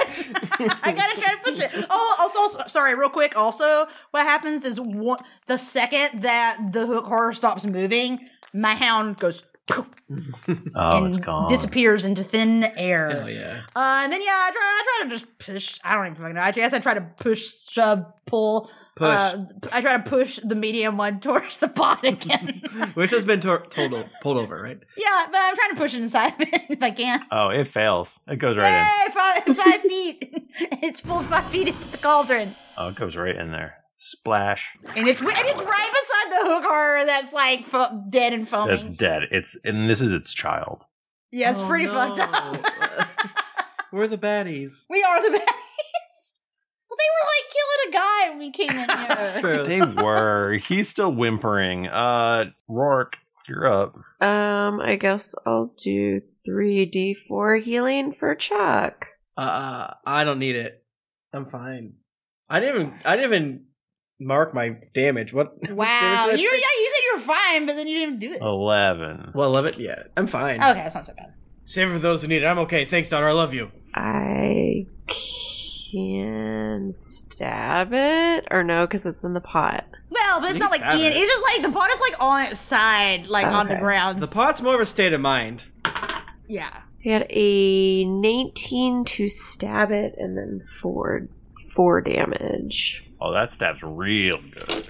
one. I gotta try to push it. Oh, also, also- sorry, real quick. Also, what happens is one, the second that the hook horror stops moving, my hound goes.
Oh,
and
it's gone.
Disappears into thin air.
Hell yeah.
Uh, and then yeah, I try, I try to just push. I don't even fucking know. I guess I try to push, shove, pull.
Push.
Uh, I try to push the medium one towards the pot again.
Which has been tor- told o- pulled over, right?
yeah, but I'm trying to push it inside of it if I can.
oh, it fails. It goes right in.
Hey, five, five feet. it's pulled five feet into the cauldron,
Oh, it goes right in there. Splash.
and it's and it's right beside the hook horror that's like fo- dead and foaming.
That's dead. It's and this is its child.
Yeah, it's
Oh,
pretty
no.
fucked up.
We're the baddies.
we are the baddies. Well, they were like killing a guy when we came in here.
That's true.
They were. He's still whimpering. Uh, Rourke, you're up.
Um, I guess I'll do 3d4 healing for Chuck.
Uh, I don't need it. I'm fine. I didn't even. I didn't even mark my damage. What? what's
Wow,
damage
you
did I
yeah,
take?
you said you were fine, but then you didn't do it.
Eleven.
Well, I love it. Yeah, I'm fine.
Okay, that's not so bad.
Save for those who need it. I'm okay. Thanks, daughter. I love you.
I can stab it or no, because it's in the pot.
Well, but it's not like
least have
in.
it.
It's just like the pot is like on its side, like on the
Okay.
ground.
The pot's more of a state of mind.
yeah.
I got a 19 to stab it, and then four four damage.
Oh, that stab's real good.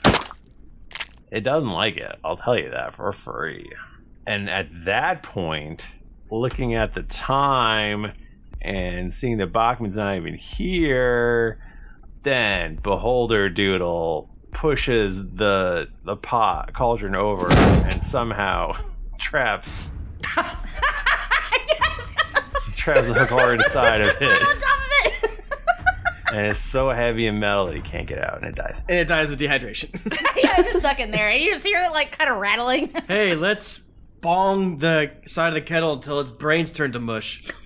It doesn't like it. I'll tell you that for free. And at that point, looking at the time and seeing that Bachman's not even here, then Beholder Doodle pushes the the pot cauldron over and somehow traps traps the hookar inside of
on
it.
top of it.
And it's so heavy and metal that he can't get out and it dies.
And it dies of dehydration.
yeah, it's just stuck in there. You just hear it like kind of rattling.
hey, let's bong the side of the kettle until its brains turn to mush.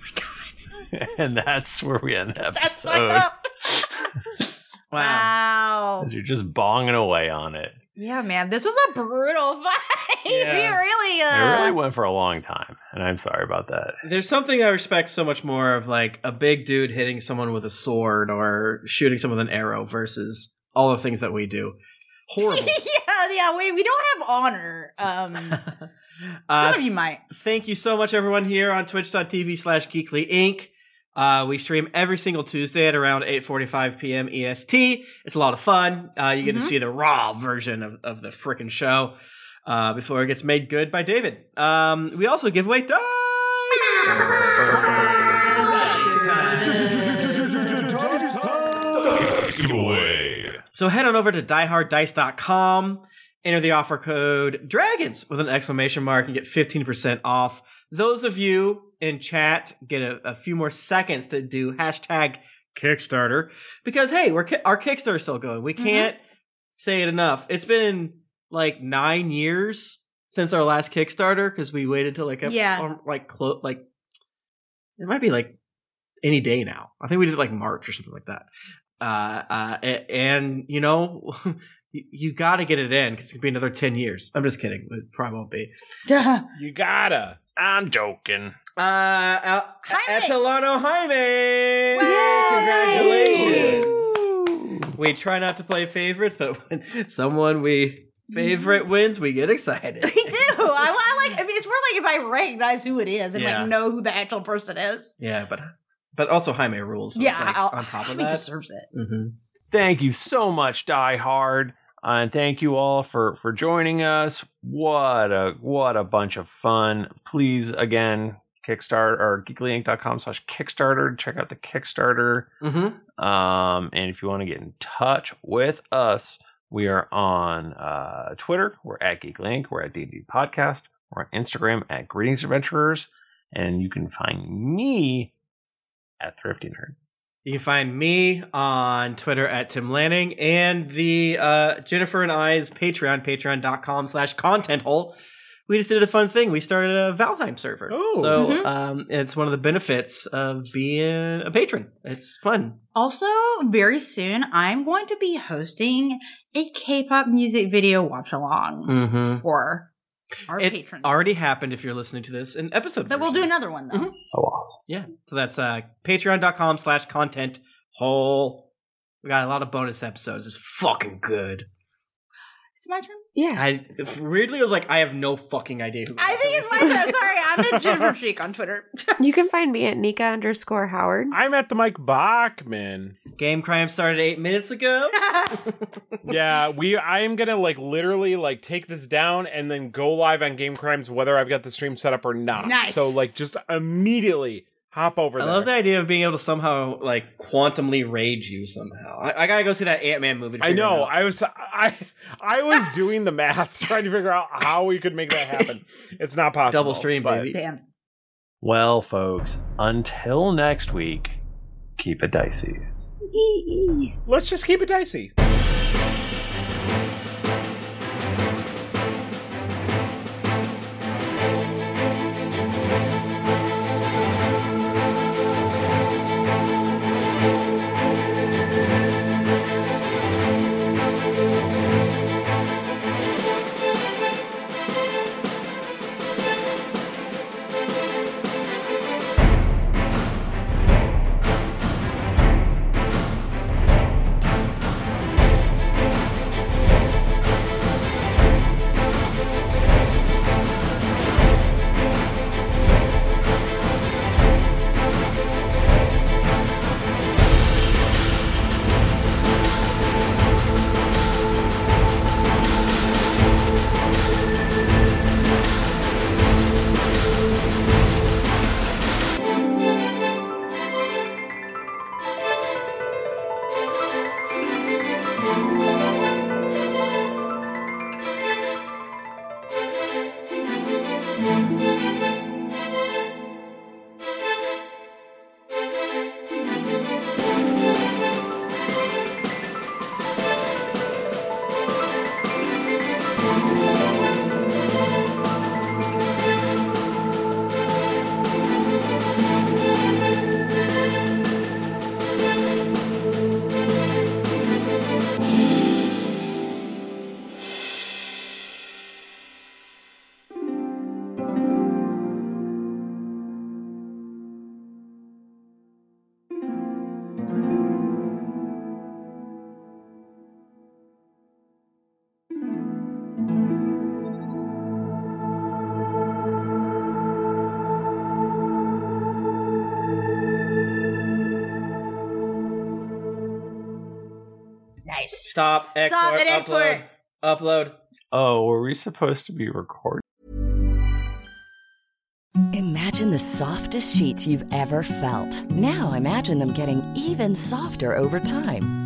And that's where we end the episode.
That's fucked up.
Wow.
Wow.
Because you're just bonging away on it.
Yeah, man, this was a brutal fight.
Yeah.
We really, uh,
it really went for a long time, and I'm sorry about that.
There's something I respect so much more of like a big dude hitting someone with a sword or shooting someone with an arrow versus all the things that we do. Horrible.
yeah, yeah. We we don't have honor. Um, some
Uh,
of you might.
Thank you so much, everyone, here on twitch.tv slash geekly inc. Uh, we stream every single Tuesday at around 8:45 p.m. EST. E It's a lot of fun. Uh, you get
Mm-hmm.
Mhm.
to see the raw version of, of the frickin' show uh, before it gets made good by David. Um, we also give away dice. So head on over to dieharddice.com, enter the offer code DRAGONS with an exclamation mark and get 15% off. Those of you in chat get a, a few more seconds to do hashtag Kickstarter because, hey, we're ki- our Kickstarter's still going. We can't say it enough. It's been like nine years since our last Kickstarter because we waited till like a,
Yeah.
um, like, clo- like, it might be like any day now. I think we did it like March or something like that. Uh, uh, a- and you know, you, you got to get it in because it's gonna be another ten years. I'm just kidding. It probably won't be.
You gotta. Ah,
I'm joking.
Uh, Al- Atalano Jaime. Congratulations. We try not to play favorites, but when someone we favorite wins, we get excited.
I do. I, I like. I mean, it's more like if I recognize who it is and
Yeah.
like know who the actual person is.
yeah, but but also Jaime rules. So
yeah,
it's like
I'll-
on top of
he
that,
deserves it.
Thank you so much, Die Hard, uh, and thank you all for for joining us. What a what a bunch of fun! Please again, Kickstarter or GeeklyInc.com/Kickstarter. Check out the Kickstarter.
Mhm.
Um, and if you want to get in touch with us, we are on uh, Twitter. We're at GeekLink. We're at D&D Podcast. We're on Instagram at Greetings Adventurers, and you can find me at Thrifty Nerd.
You can find me on Twitter at Tim Lanning and the uh, Jennifer and I's Patreon, patreon.com slash content hole. We just did a fun thing. We started a Valheim server.
Oh.
So
Mhm.
um, it's one of the benefits of being a patron. It's fun.
Also, very soon, I'm going to be hosting a K-pop music video watch along
Mm-hmm.
Mhm.
for our
it
patrons.
already happened if you're listening to this in episode.
But we'll do another one though.
So awesome.
Yeah. So that's uh, patreon.com slash content hole. We got a lot of bonus episodes. It's fucking good.
It's my turn.
Yeah.
I weirdly I was like, I have no fucking idea who
I think it's my turn. Sorry, I'm at Jennifer Sheik on Twitter.
you can find me at Nika underscore Howard.
I'm at the Mike Bachman.
Game crime started eight minutes ago.
yeah, we. I am gonna like literally like take this down and then go live on Game Crimes whether I've got the stream set up or not.
Nice.
So like just immediately hop over.
I
there.
love the idea of being able to somehow like quantumly rage you somehow. I, I gotta go see that Ant Man movie. to
I
figure it
know.
out.
I was I I was doing the math trying to figure out how we could make that happen. It's not possible.
Double stream,
but-
baby. Well, folks, until next week, keep it dicey.
Let's just keep it dicey.
Thank you. Nice.
Stop, export,
and export.
upload, upload.
Oh, were we supposed to be recording?
Imagine the softest sheets you've ever felt. Now imagine them getting even softer over time.